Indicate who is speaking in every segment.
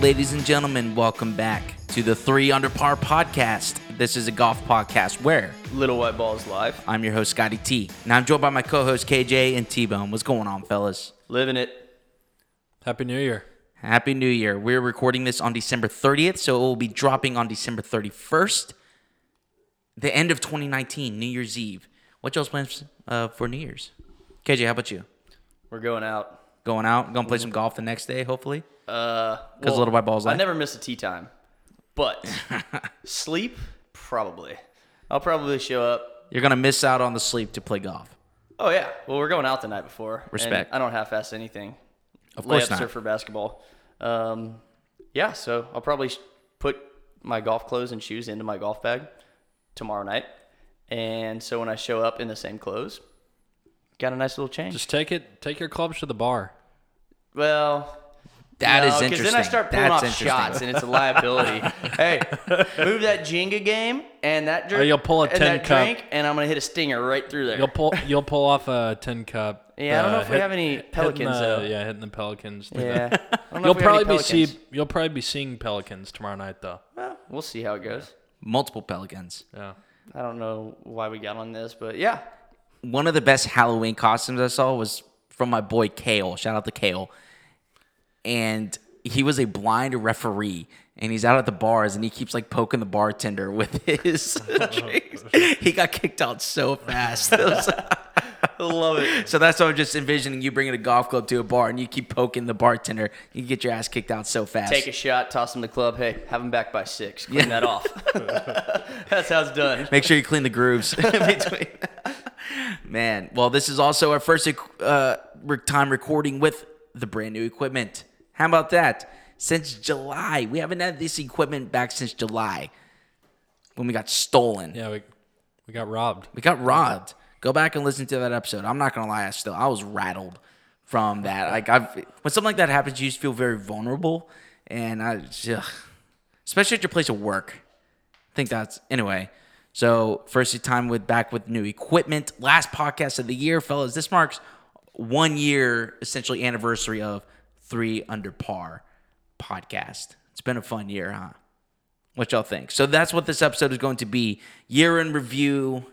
Speaker 1: Ladies and gentlemen, welcome back to the Three Under Par podcast. This is a golf podcast where
Speaker 2: Little White Balls Live.
Speaker 1: I'm your host, Scotty T. Now I'm joined by my co host, KJ and T Bone. What's going on, fellas?
Speaker 2: Living it.
Speaker 3: Happy New Year.
Speaker 1: Happy New Year. We're recording this on December 30th, so it will be dropping on December 31st, the end of 2019, New Year's Eve. What y'all's plans uh, for New Year's? KJ, how about you?
Speaker 2: We're going out.
Speaker 1: Going out, going to play some golf the next day, hopefully?
Speaker 2: Uh,
Speaker 1: 'Cause Little White Balls
Speaker 2: I
Speaker 1: Live?
Speaker 2: never miss a tea time, but sleep probably. I'll probably show up.
Speaker 1: You're going to miss out on the sleep to play golf.
Speaker 2: Oh yeah. Well, we're going out the night before. and
Speaker 1: Respect.
Speaker 2: I don't half-ass anything.
Speaker 1: Of course
Speaker 2: Layups
Speaker 1: not.
Speaker 2: are for basketball. Um, yeah. So I'll probably sh- put my golf clothes and shoes into my golf bag tomorrow night, and so when I show up in the same clothes, got a nice little change.
Speaker 3: Just take it. Take your clubs to the bar.
Speaker 2: well,
Speaker 1: That is
Speaker 2: because
Speaker 1: interesting.
Speaker 2: then I start pulling
Speaker 1: That's
Speaker 2: off
Speaker 1: interesting.
Speaker 2: shots, and it's a liability. hey, move that Jenga game and that drink.
Speaker 3: Or Oh, you'll pull a
Speaker 2: and
Speaker 3: 10
Speaker 2: that
Speaker 3: cup.
Speaker 2: drink, and I'm gonna hit a stinger right through there.
Speaker 3: You'll pull. You'll pull off a tin cup. uh,
Speaker 2: Yeah, I don't know if we have any
Speaker 3: hitting
Speaker 2: pelicans,
Speaker 3: the-
Speaker 2: though.
Speaker 3: Yeah, hitting the pelicans.
Speaker 2: yeah, I don't know if
Speaker 3: You'll
Speaker 2: we have any
Speaker 3: probably be see.
Speaker 2: Pelicans.
Speaker 3: You'll probably be seeing pelicans tomorrow night though.
Speaker 2: Well, we'll see how it goes.
Speaker 1: Multiple pelicans.
Speaker 3: Yeah.
Speaker 2: I don't know why we got on this, but yeah,
Speaker 1: one of the best Halloween costumes I saw was from my boy Kale. Shout out to Kale. And he was a blind referee. And he's out at the bars and he keeps like poking the bartender with his drinks. He got kicked out so fast. That was-
Speaker 2: I love it.
Speaker 1: so that's what I'm just envisioning you bringing a golf club to a bar and you keep poking the bartender. You get your ass kicked out so fast.
Speaker 2: Take a shot, toss him the club. Hey, have him back by six. Clean that off. That's how it's done.
Speaker 1: Make sure you clean the grooves in between. Man, well, this is also our first uh, re- time recording with the brand new equipment. How about that? Since July, we haven't had this equipment back since July when we got stolen.
Speaker 3: Yeah. We we got robbed.
Speaker 1: We got robbed. Go back and listen to that episode. I'm not gonna lie, I still I was rattled from that. Like I've when something like that happens, you just feel very vulnerable, and I, ugh. especially at your place of work. I think that's anyway. So first time with back with new equipment. Last podcast of the year, fellas. This marks one year essentially anniversary of three under par podcast. It's been a fun year, huh? What y'all think? So that's what this episode is going to be: year in review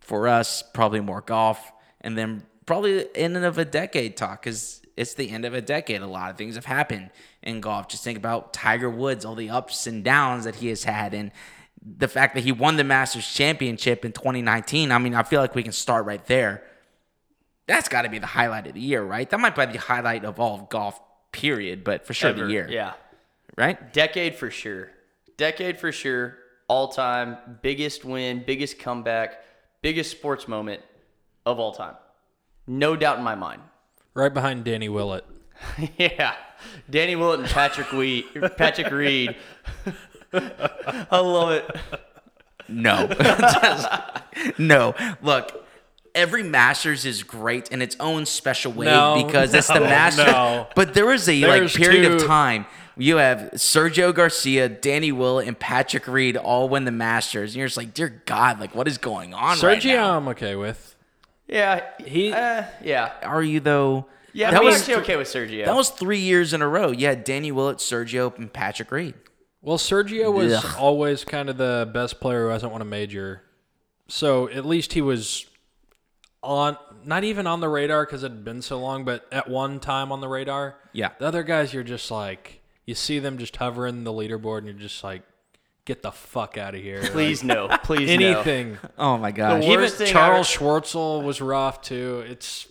Speaker 1: for us, probably more golf, and then probably the end of a decade talk because it's the end of a decade. A lot of things have happened in golf. Just think about Tiger Woods, all the ups and downs that he has had, and the fact that he won the Masters Championship in 2019. I mean, I feel like we can start right there. That's got to be the highlight of the year, right? That might be the highlight of all of golf, period, but for sure
Speaker 2: Ever.
Speaker 1: the year,
Speaker 2: Yeah.
Speaker 1: right?
Speaker 2: Decade for sure. Decade for sure. All time. Biggest win, biggest comeback, biggest sports moment of all time. No doubt in my mind.
Speaker 3: Right behind Danny Willett.
Speaker 2: yeah. Danny Willett and Patrick Wee Patrick Reed. I love it.
Speaker 1: No. Just- no. Look, every Masters is great in its own special way
Speaker 3: No,
Speaker 1: because it's the
Speaker 3: no,
Speaker 1: Masters.
Speaker 3: no.
Speaker 1: But there was a
Speaker 3: There's
Speaker 1: like period of
Speaker 3: two-
Speaker 1: time. You have Sergio Garcia, Danny Willett, and Patrick Reed all win the Masters, and you're just like, dear God, like what is going on? right
Speaker 3: Sergio,
Speaker 1: now?
Speaker 3: I'm okay with.
Speaker 2: Yeah.
Speaker 3: He-
Speaker 2: uh, yeah.
Speaker 1: are you though?
Speaker 2: Yeah,
Speaker 1: that
Speaker 2: I'm
Speaker 1: was
Speaker 2: actually okay with Sergio.
Speaker 1: that was three years in a row. You had Danny Willett, Sergio, and Patrick Reed.
Speaker 3: Well, Sergio was
Speaker 1: Ugh.
Speaker 3: always kind of the best player who hasn't won a major. So at least he was on, not even on the radar because it had been so long, but at one time on the radar.
Speaker 1: Yeah.
Speaker 3: The other guys, you're just like, you see them just hovering the leaderboard and you're just like, get the fuck out of here.
Speaker 2: please no. Please
Speaker 3: Like,
Speaker 2: no.
Speaker 3: anything.
Speaker 1: Oh my gosh.
Speaker 2: worst
Speaker 3: Even
Speaker 2: thing I
Speaker 3: Charles Schwartzel was rough too. It's,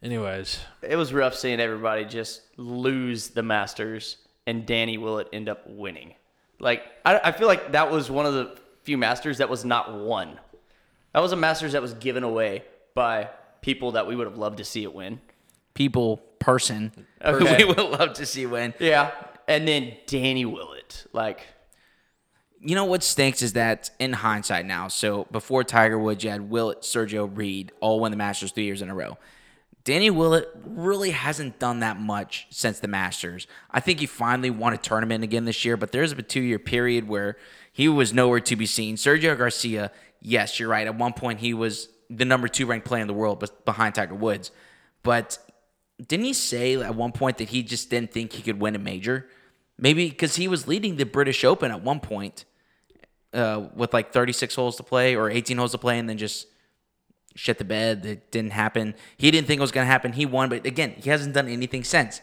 Speaker 3: anyways,
Speaker 2: It was rough seeing everybody just lose the Masters and Danny Willett end up winning. Like, I, I feel like that was one of the few Masters that was not won. That was a Masters that was given away by people that we would have loved to see it win.
Speaker 1: People, person,
Speaker 2: Okay.
Speaker 1: who we would love to see win.
Speaker 2: Yeah. And then Danny Willett. Like,
Speaker 1: you know what stinks is that in hindsight now. So before Tiger Woods, you had Willett, Sergio Reed, all won the Masters three years in a row. Danny Willett really hasn't done that much since the Masters. I think he finally won a tournament again this year, but there's a two year period where he was nowhere to be seen. Sergio Garcia, yes, you're right. At one point, he was the number two ranked player in the world, but behind Tiger Woods. But didn't he say at one point that he just didn't think he could win a major? Maybe because he was leading the British Open at one point uh, with like 36 holes to play or 18 holes to play, and then just shit the bed. It didn't happen. He didn't think it was going to happen. He won, but again, he hasn't done anything since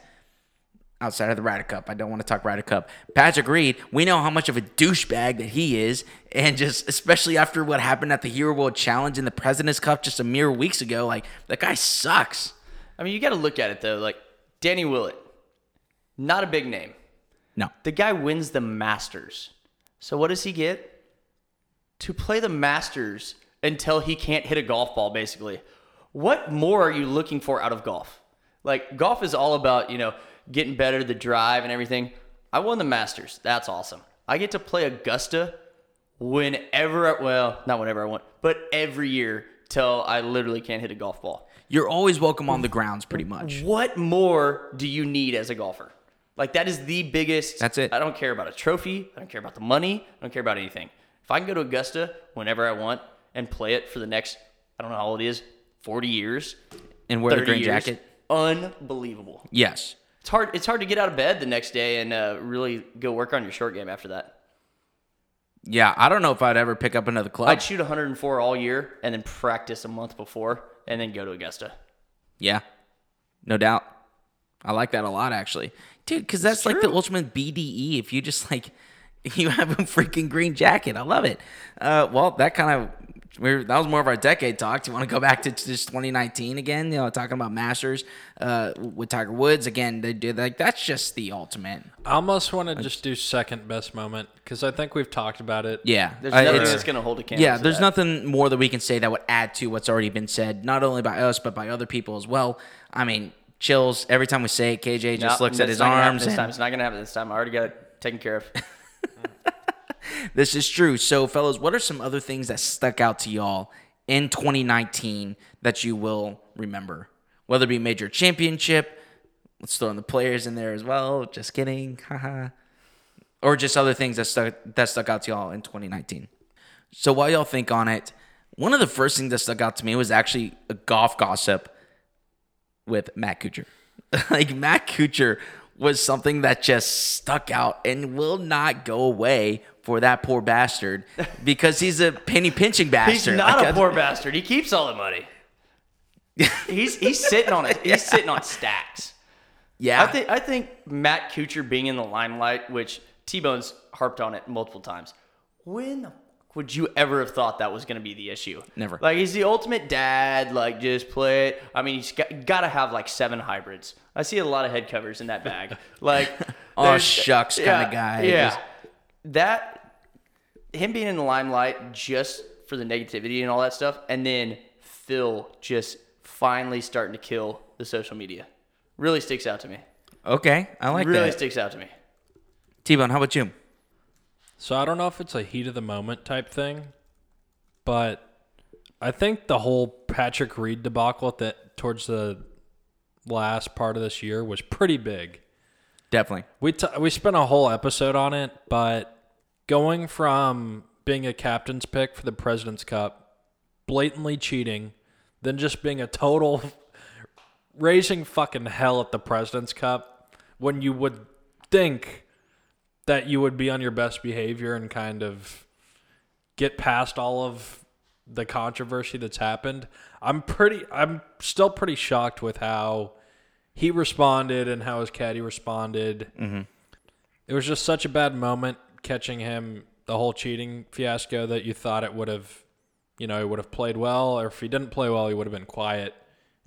Speaker 1: outside of the Ryder Cup. I don't want to talk Ryder Cup. Patrick Reed, we know how much of a douchebag that he is, and just especially after what happened at the Hero World Challenge and the President's Cup just a mere weeks ago, like that guy sucks.
Speaker 2: I mean, you got to look at it though. Like Danny Willett, not a big name.
Speaker 1: No,
Speaker 2: The guy wins the Masters. So what does he get? To play the Masters until he can't hit a golf ball, basically. What more are you looking for out of golf? Like golf is all about, you know, getting better, the drive and everything. I won the Masters. That's awesome. I get to play Augusta whenever I, well, not whenever I want, but every year till I literally can't hit a golf ball.
Speaker 1: you're always welcome on the grounds, pretty much.
Speaker 2: What more do you need as a golfer? Like that is the biggest.
Speaker 1: That's it.
Speaker 2: I don't care about a trophy. I don't care about the money. I don't care about anything. If I can go to Augusta whenever I want and play it for the next, I don't know how old it is, forty years,
Speaker 1: And wear the
Speaker 2: Mm-hmm. thirty
Speaker 1: green
Speaker 2: years,
Speaker 1: jacket.
Speaker 2: unbelievable.
Speaker 1: Yes.
Speaker 2: It's hard. It's hard to get out of bed the next day and uh, really go work on your short game after that.
Speaker 1: Yeah, I don't know if I'd ever pick up another club.
Speaker 2: I'd shoot 104 all year and then practice a month before and then go to Augusta.
Speaker 1: yeah, no doubt. I like that a lot, actually, dude. Because that's like the ultimate BDE. If you just like, you have a freaking green jacket. I love it. Uh, well, that kind of we that was more of our decade talk. Do you want to go back to just 2019 again? You know, talking about Masters uh, with Tiger Woods again. They did like that's just the ultimate.
Speaker 3: I almost want to just do second best moment because I think we've talked about it.
Speaker 1: Yeah,
Speaker 2: There's
Speaker 1: I-
Speaker 2: nothing
Speaker 1: it's-
Speaker 2: that's gonna hold a candle.
Speaker 1: Yeah,
Speaker 2: to
Speaker 1: there's
Speaker 2: that.
Speaker 1: nothing more that we can say that would add to what's already been said, not only by us but by other people as well. I mean, chills every time we say it. KJ just
Speaker 2: No,
Speaker 1: looks at
Speaker 2: it's
Speaker 1: his
Speaker 2: not gonna happen
Speaker 1: arms.
Speaker 2: This
Speaker 1: and-
Speaker 2: time it's not gonna happen. This time I already got it taken care of.
Speaker 1: This is true. So, fellas, what are some other things that stuck out to y'all in 2019 that you will remember? Whether it be major championship, let's throw in the players in there as well. Just kidding, haha. or just other things that stuck that stuck out to y'all in 2019. So while y'all think on it, one of the first things that stuck out to me was actually a golf gossip with Matt Kuchar. like Matt Kuchar was something that just stuck out and will not go away for that poor bastard because he's a penny pinching
Speaker 2: He's
Speaker 1: bastard.
Speaker 2: not
Speaker 1: Like,
Speaker 2: a poor bastard. He keeps all the money. he's he's sitting on it. He's sitting on stacks. Ah.
Speaker 1: Yeah,
Speaker 2: I think I think Matt Kuchar being in the limelight, which T Bones harped on it multiple times. When the fuck would you ever have thought that was going to be the issue?
Speaker 1: Never.
Speaker 2: Like he's the ultimate dad. Like just play it. I mean, he's got, got to have like seven hybrids. I see a lot of head covers in that bag. Like
Speaker 1: Aw,
Speaker 2: there's-
Speaker 1: Oh, shucks kinda guy.
Speaker 2: Yeah,
Speaker 1: Just-
Speaker 2: that him being in the limelight just for the negativity and all that stuff, and then Phil just finally starting to kill the social media really sticks out to me.
Speaker 1: okay, I like
Speaker 2: really
Speaker 1: that.
Speaker 2: sticks out to me.
Speaker 1: T Bone, how about you?
Speaker 3: So I don't know if it's a heat of the moment type thing, but I think the whole Patrick Reed debacle at the, towards the last part of this year was pretty big.
Speaker 1: Definitely.
Speaker 3: We t- we spent a whole episode on it, but going from being a captain's pick for the President's Cup, blatantly cheating, then just being a total raising fucking hell at the President's Cup when you would think that you would be on your best behavior and kind of get past all of the controversy that's happened. I'm pretty I'm still pretty shocked with how he responded and how his caddy responded. It was just such a bad moment catching him the whole cheating fiasco that you thought it would have, you know, he would have played well, or if he didn't play well, he would have been quiet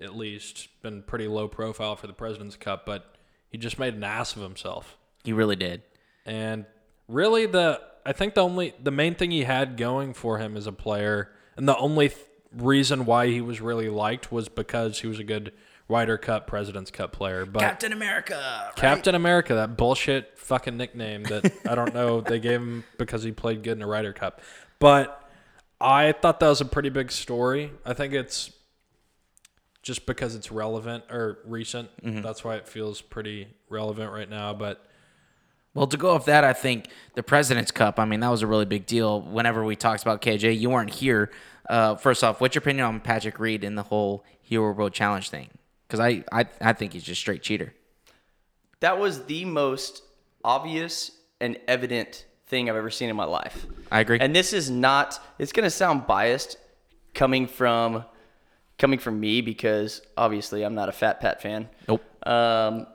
Speaker 3: at least, been pretty low profile for the President's Cup, but he just made an ass of himself.
Speaker 1: He really did.
Speaker 3: And really, the I think the only the main thing he had going for him as a player, and the only th- reason why he was really liked was because he was a good Ryder Cup, President's Cup player. But
Speaker 1: Captain America.
Speaker 3: Captain America, that bullshit fucking nickname that I don't know they gave him because he played good in a Ryder Cup. But I thought that was a pretty big story. I think it's just because it's relevant or recent.
Speaker 1: Mm-hmm.
Speaker 3: That's why it feels pretty relevant right now. But
Speaker 1: Well, to go off that, I think the President's Cup. I mean, that was a really big deal. Whenever we talked about KJ, you weren't here. Uh, first off, what's your opinion on Patrick Reed and the whole Hero World Challenge thing? because I, I I think he's just straight cheater.
Speaker 2: That was the most obvious and evident thing I've ever seen in my life.
Speaker 1: I agree.
Speaker 2: And this is not it's going to sound biased coming from coming from me because obviously I'm not a fat pat fan.
Speaker 1: Nope.
Speaker 2: Um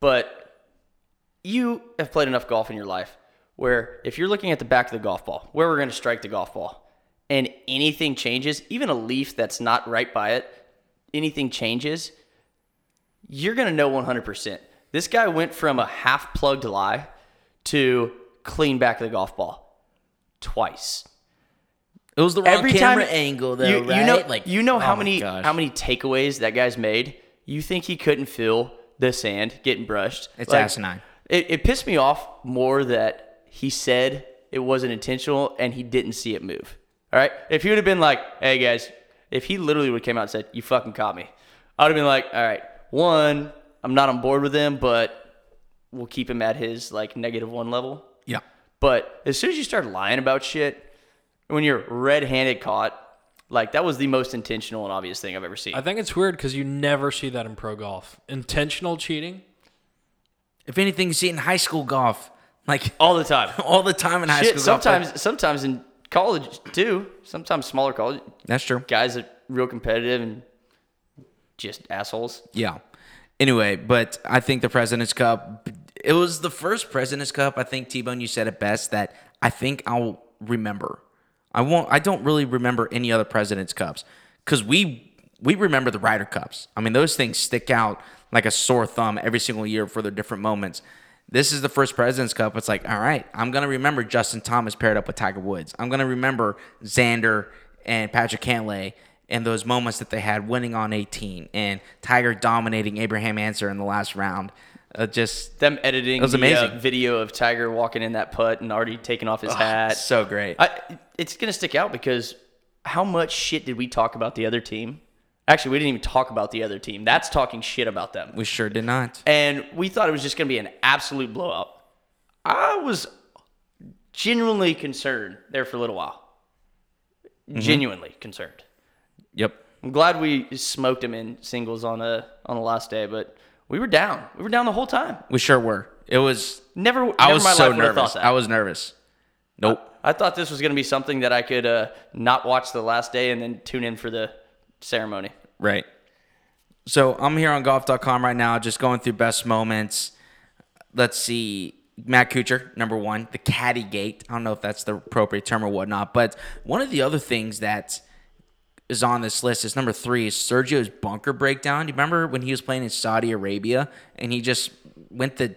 Speaker 2: but you have played enough golf in your life where if you're looking at the back of the golf ball, where we're going to strike the golf ball, and anything changes, even a leaf that's not right by it, anything changes, you're going to know 100%. This guy went from a half plugged lie to clean back of the golf ball twice.
Speaker 1: It was the wrong camera angle though,
Speaker 2: you,
Speaker 1: right?
Speaker 2: you know, you know
Speaker 1: oh
Speaker 2: how
Speaker 1: my
Speaker 2: many
Speaker 1: gosh.
Speaker 2: how many takeaways that guy's made. You think he couldn't feel the sand getting brushed?
Speaker 1: It's asinine.
Speaker 2: It, it pissed me off more that he said it wasn't intentional and he didn't see it move. All right, if he would have been like, "Hey guys," if he literally would have came out and said, "You fucking caught me," I'd have been like, "All right, one, I'm not on board with him, but we'll keep him at his like negative one level."
Speaker 1: Yeah.
Speaker 2: But as soon as you start lying about shit, when you're red-handed caught, like that was the most intentional and obvious thing I've ever seen.
Speaker 3: I think it's weird because you never see that in pro golf. Intentional cheating.
Speaker 1: If anything, you see it in high school golf, like
Speaker 2: All the time.
Speaker 1: all the time in high
Speaker 2: shit,
Speaker 1: school. golf,
Speaker 2: sometimes sometimes in college too. Sometimes smaller college
Speaker 1: but- that's true.
Speaker 2: guys are real competitive and just assholes.
Speaker 1: Yeah. Anyway, but I think the President's Cup, it was the first President's Cup. I think T Bone, you said it best that I think I'll remember. I won't. I don't really remember any other President's Cups because we we remember the Ryder Cups. I mean, those things stick out like a sore thumb every single year for their different moments. This is the first President's Cup. It's like, all right, I'm gonna remember Justin Thomas paired up with Tiger Woods. I'm gonna remember Xander and Patrick Cantlay and those moments that they had winning on 18 and Tiger dominating Abraham Answer in the last round. Uh, just
Speaker 2: Them editing
Speaker 1: was
Speaker 2: the, uh,
Speaker 1: amazing.
Speaker 2: video of Tiger walking in that putt and already taking off his hat.
Speaker 1: so great.
Speaker 2: I, it's gonna stick out because how much shit did we talk about the other team? Actually, we didn't even talk about the other team. That's talking shit about them.
Speaker 1: we sure did not.
Speaker 2: and we thought it was just going to be an absolute blowout. I was genuinely concerned there for a little while.
Speaker 1: Mm-hmm.
Speaker 2: Genuinely concerned.
Speaker 1: Yep.
Speaker 2: I'm glad we smoked him in singles on a on the last day, but we were down. We were down the whole time.
Speaker 1: We sure were. It was.
Speaker 2: Never, never
Speaker 1: I
Speaker 2: in
Speaker 1: was
Speaker 2: my
Speaker 1: so
Speaker 2: life would have
Speaker 1: nervous.
Speaker 2: thought that.
Speaker 1: I was nervous. Nope.
Speaker 2: I thought this was going to be something that I could uh, not watch the last day and then tune in for the ceremony.
Speaker 1: Right. So I'm here on golf.com right now, just going through best moments. Let's see. Matt Kuchar, number one, the caddy gate. I don't know if that's the appropriate term or whatnot, but one of the other things that is on this list is number three is Sergio's bunker breakdown. Do you remember when he was playing in Saudi Arabia and he just went to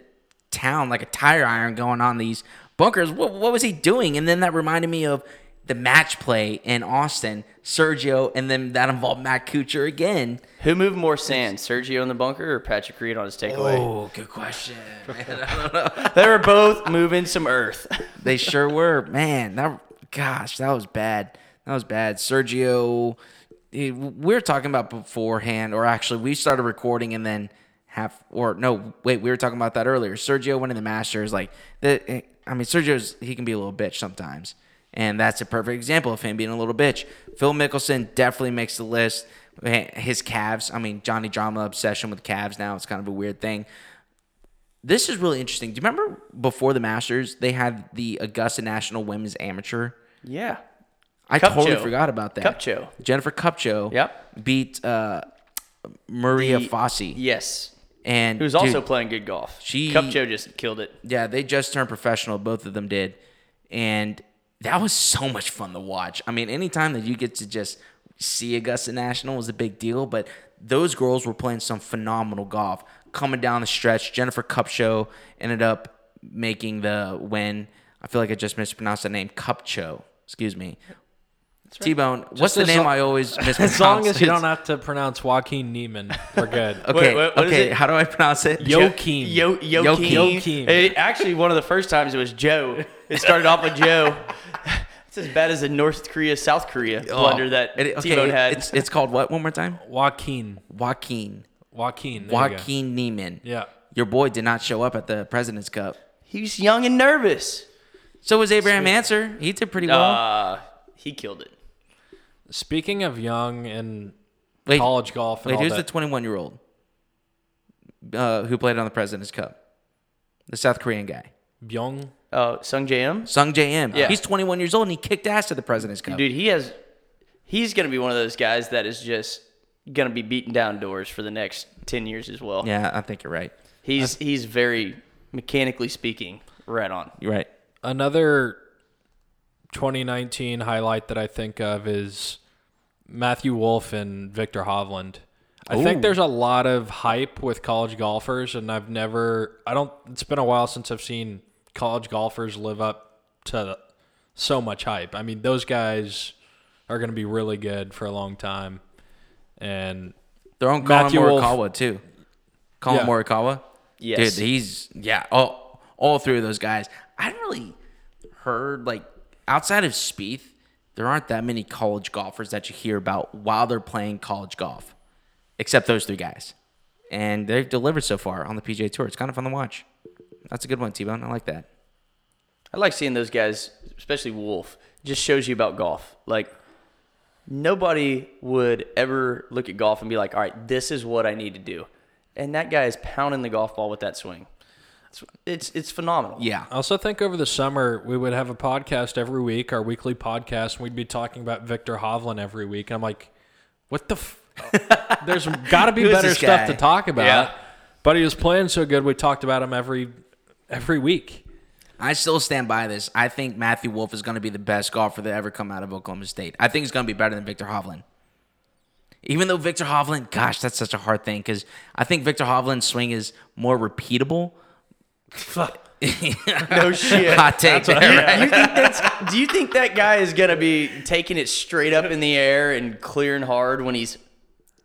Speaker 1: town like a tire iron going on these bunkers? What, what was he doing? And then that reminded me of the match play in Austin, Sergio, and then that involved Matt Kuchar again.
Speaker 2: Who moved more sand, Sergio in the bunker or Patrick Reed on his takeaway?
Speaker 1: Oh, good question.
Speaker 2: They were both moving some earth.
Speaker 1: they sure were. Man, that gosh, that was bad. That was bad. Sergio, eh, we were talking about beforehand, or actually, we started recording and then half, or no, wait, we were talking about that earlier. Sergio winning the Masters, like the, eh, I mean, Sergio's he can be a little bitch sometimes, and that's a perfect example of him being a little bitch. Phil Mickelson definitely makes the list. Eh, His calves, I mean, Johnny Drama obsession with calves now. It's kind of a weird thing. This is really interesting. Do you remember before the Masters, they had the Augusta National Women's Amateur?
Speaker 2: Yeah.
Speaker 1: I
Speaker 2: Cupcho.
Speaker 1: totally forgot about that.
Speaker 2: Cupcho.
Speaker 1: Jennifer Cupcho
Speaker 2: Yep.
Speaker 1: beat uh, Maria
Speaker 2: The-
Speaker 1: Fossey.
Speaker 2: Yes.
Speaker 1: And
Speaker 2: Who's
Speaker 1: dude,
Speaker 2: also playing good golf.
Speaker 1: She-
Speaker 2: Cupcho just killed it.
Speaker 1: yeah, they just turned professional. Both of them did, and that was so much fun to watch. I mean, anytime that you get to just see Augusta National was a big deal, but those girls were playing some phenomenal golf. Coming down the stretch, Jennifer Cupcho ended up making the win. I feel like I just mispronounced the name Cupcho. Excuse me. T Bone, what's the
Speaker 3: as
Speaker 1: name
Speaker 3: lo-
Speaker 1: I always mispronounce?
Speaker 3: As long as you don't have to pronounce Joaquin Neiman, we're good.
Speaker 1: Okay,
Speaker 2: Wait, what- what is
Speaker 1: okay.
Speaker 2: it?
Speaker 1: How do I pronounce it?
Speaker 3: Yo- Joakim.
Speaker 2: Yo, Joakim.
Speaker 3: Joakim.
Speaker 2: It- actually, one of the first times it was Joe. It started off with Joe. It's as bad as the North Korea South Korea blunder that
Speaker 1: Oh, It- okay,
Speaker 2: T-Bone had.
Speaker 1: It's, it's called what? One more time.
Speaker 3: Joaquin.
Speaker 1: Joaquin.
Speaker 3: Joaquin. there you go.
Speaker 1: Joaquin Neiman.
Speaker 3: Yeah.
Speaker 1: Your boy did not show up at the President's Cup.
Speaker 2: he was young and nervous.
Speaker 1: So was Abraham Answer. He did pretty well.
Speaker 2: Uh, he killed it.
Speaker 3: Speaking of young and
Speaker 1: wait,
Speaker 3: college golf and
Speaker 1: wait,
Speaker 3: all
Speaker 1: who's
Speaker 3: that,
Speaker 1: the 21 year old? uh, who played on the President's Cup? The South Korean guy,
Speaker 3: Byung.
Speaker 2: Uh, Sung JM,
Speaker 1: Oh, Sung J M.
Speaker 2: Yeah.
Speaker 1: he's 21 years old and he kicked ass at the President's Cup.
Speaker 2: dude, he has. He's gonna be one of those guys that is just gonna be beating down doors for the next ten years as well.
Speaker 1: Yeah, I think you're right.
Speaker 2: He's he's very mechanically speaking, right on.
Speaker 1: You're right.
Speaker 3: Another 2019 highlight that I think of is Matthew Wolf and Victor Hovland. I think there's a lot of hype with college golfers, and I've never, I don't, it's been a while since I've seen college golfers live up to so much hype. I mean, those guys are going to be really good for a long time. And
Speaker 1: They're on Colin
Speaker 3: Matthew Wolf.
Speaker 1: Morikawa too. Colin
Speaker 3: Yeah.
Speaker 1: Morikawa.
Speaker 2: Yes.
Speaker 1: Dude, he's yeah. All all three of those guys. I haven't really heard like outside of Spieth, there aren't that many college golfers that you hear about while they're playing college golf, except those three guys. And they've delivered so far on the PGA Tour. It's kind of fun to watch. That's a good one, T Bone. I like that.
Speaker 2: I like seeing those guys, especially Wolf. Just shows you about golf. Like nobody would ever look at golf and be like, "All right, this is what I need to do," and that guy is pounding the golf ball with that swing. It's it's, it's phenomenal.
Speaker 1: Yeah.
Speaker 3: I also think over the summer we would have a podcast every week, our weekly podcast, and we'd be talking about Victor Hovland every week. And I'm like, what the? F- There's got to be
Speaker 1: Who is
Speaker 3: better
Speaker 1: this
Speaker 3: stuff
Speaker 1: guy?
Speaker 3: to talk about.
Speaker 2: Yeah.
Speaker 3: But he was playing so good, we talked about him every every week.
Speaker 1: I still stand by this. I think Matthew Wolf is going to be the best golfer that ever come out of Oklahoma State. I think he's going to be better than Victor Hovland. Even though Victor Hovland, gosh, that's such a hard thing because I think Victor Hovland's swing is more repeatable.
Speaker 2: No shit.
Speaker 1: Hot take
Speaker 2: You,
Speaker 1: there, right?
Speaker 2: you think that's, do you think that guy is gonna be taking it straight up in the air and clearing hard when he's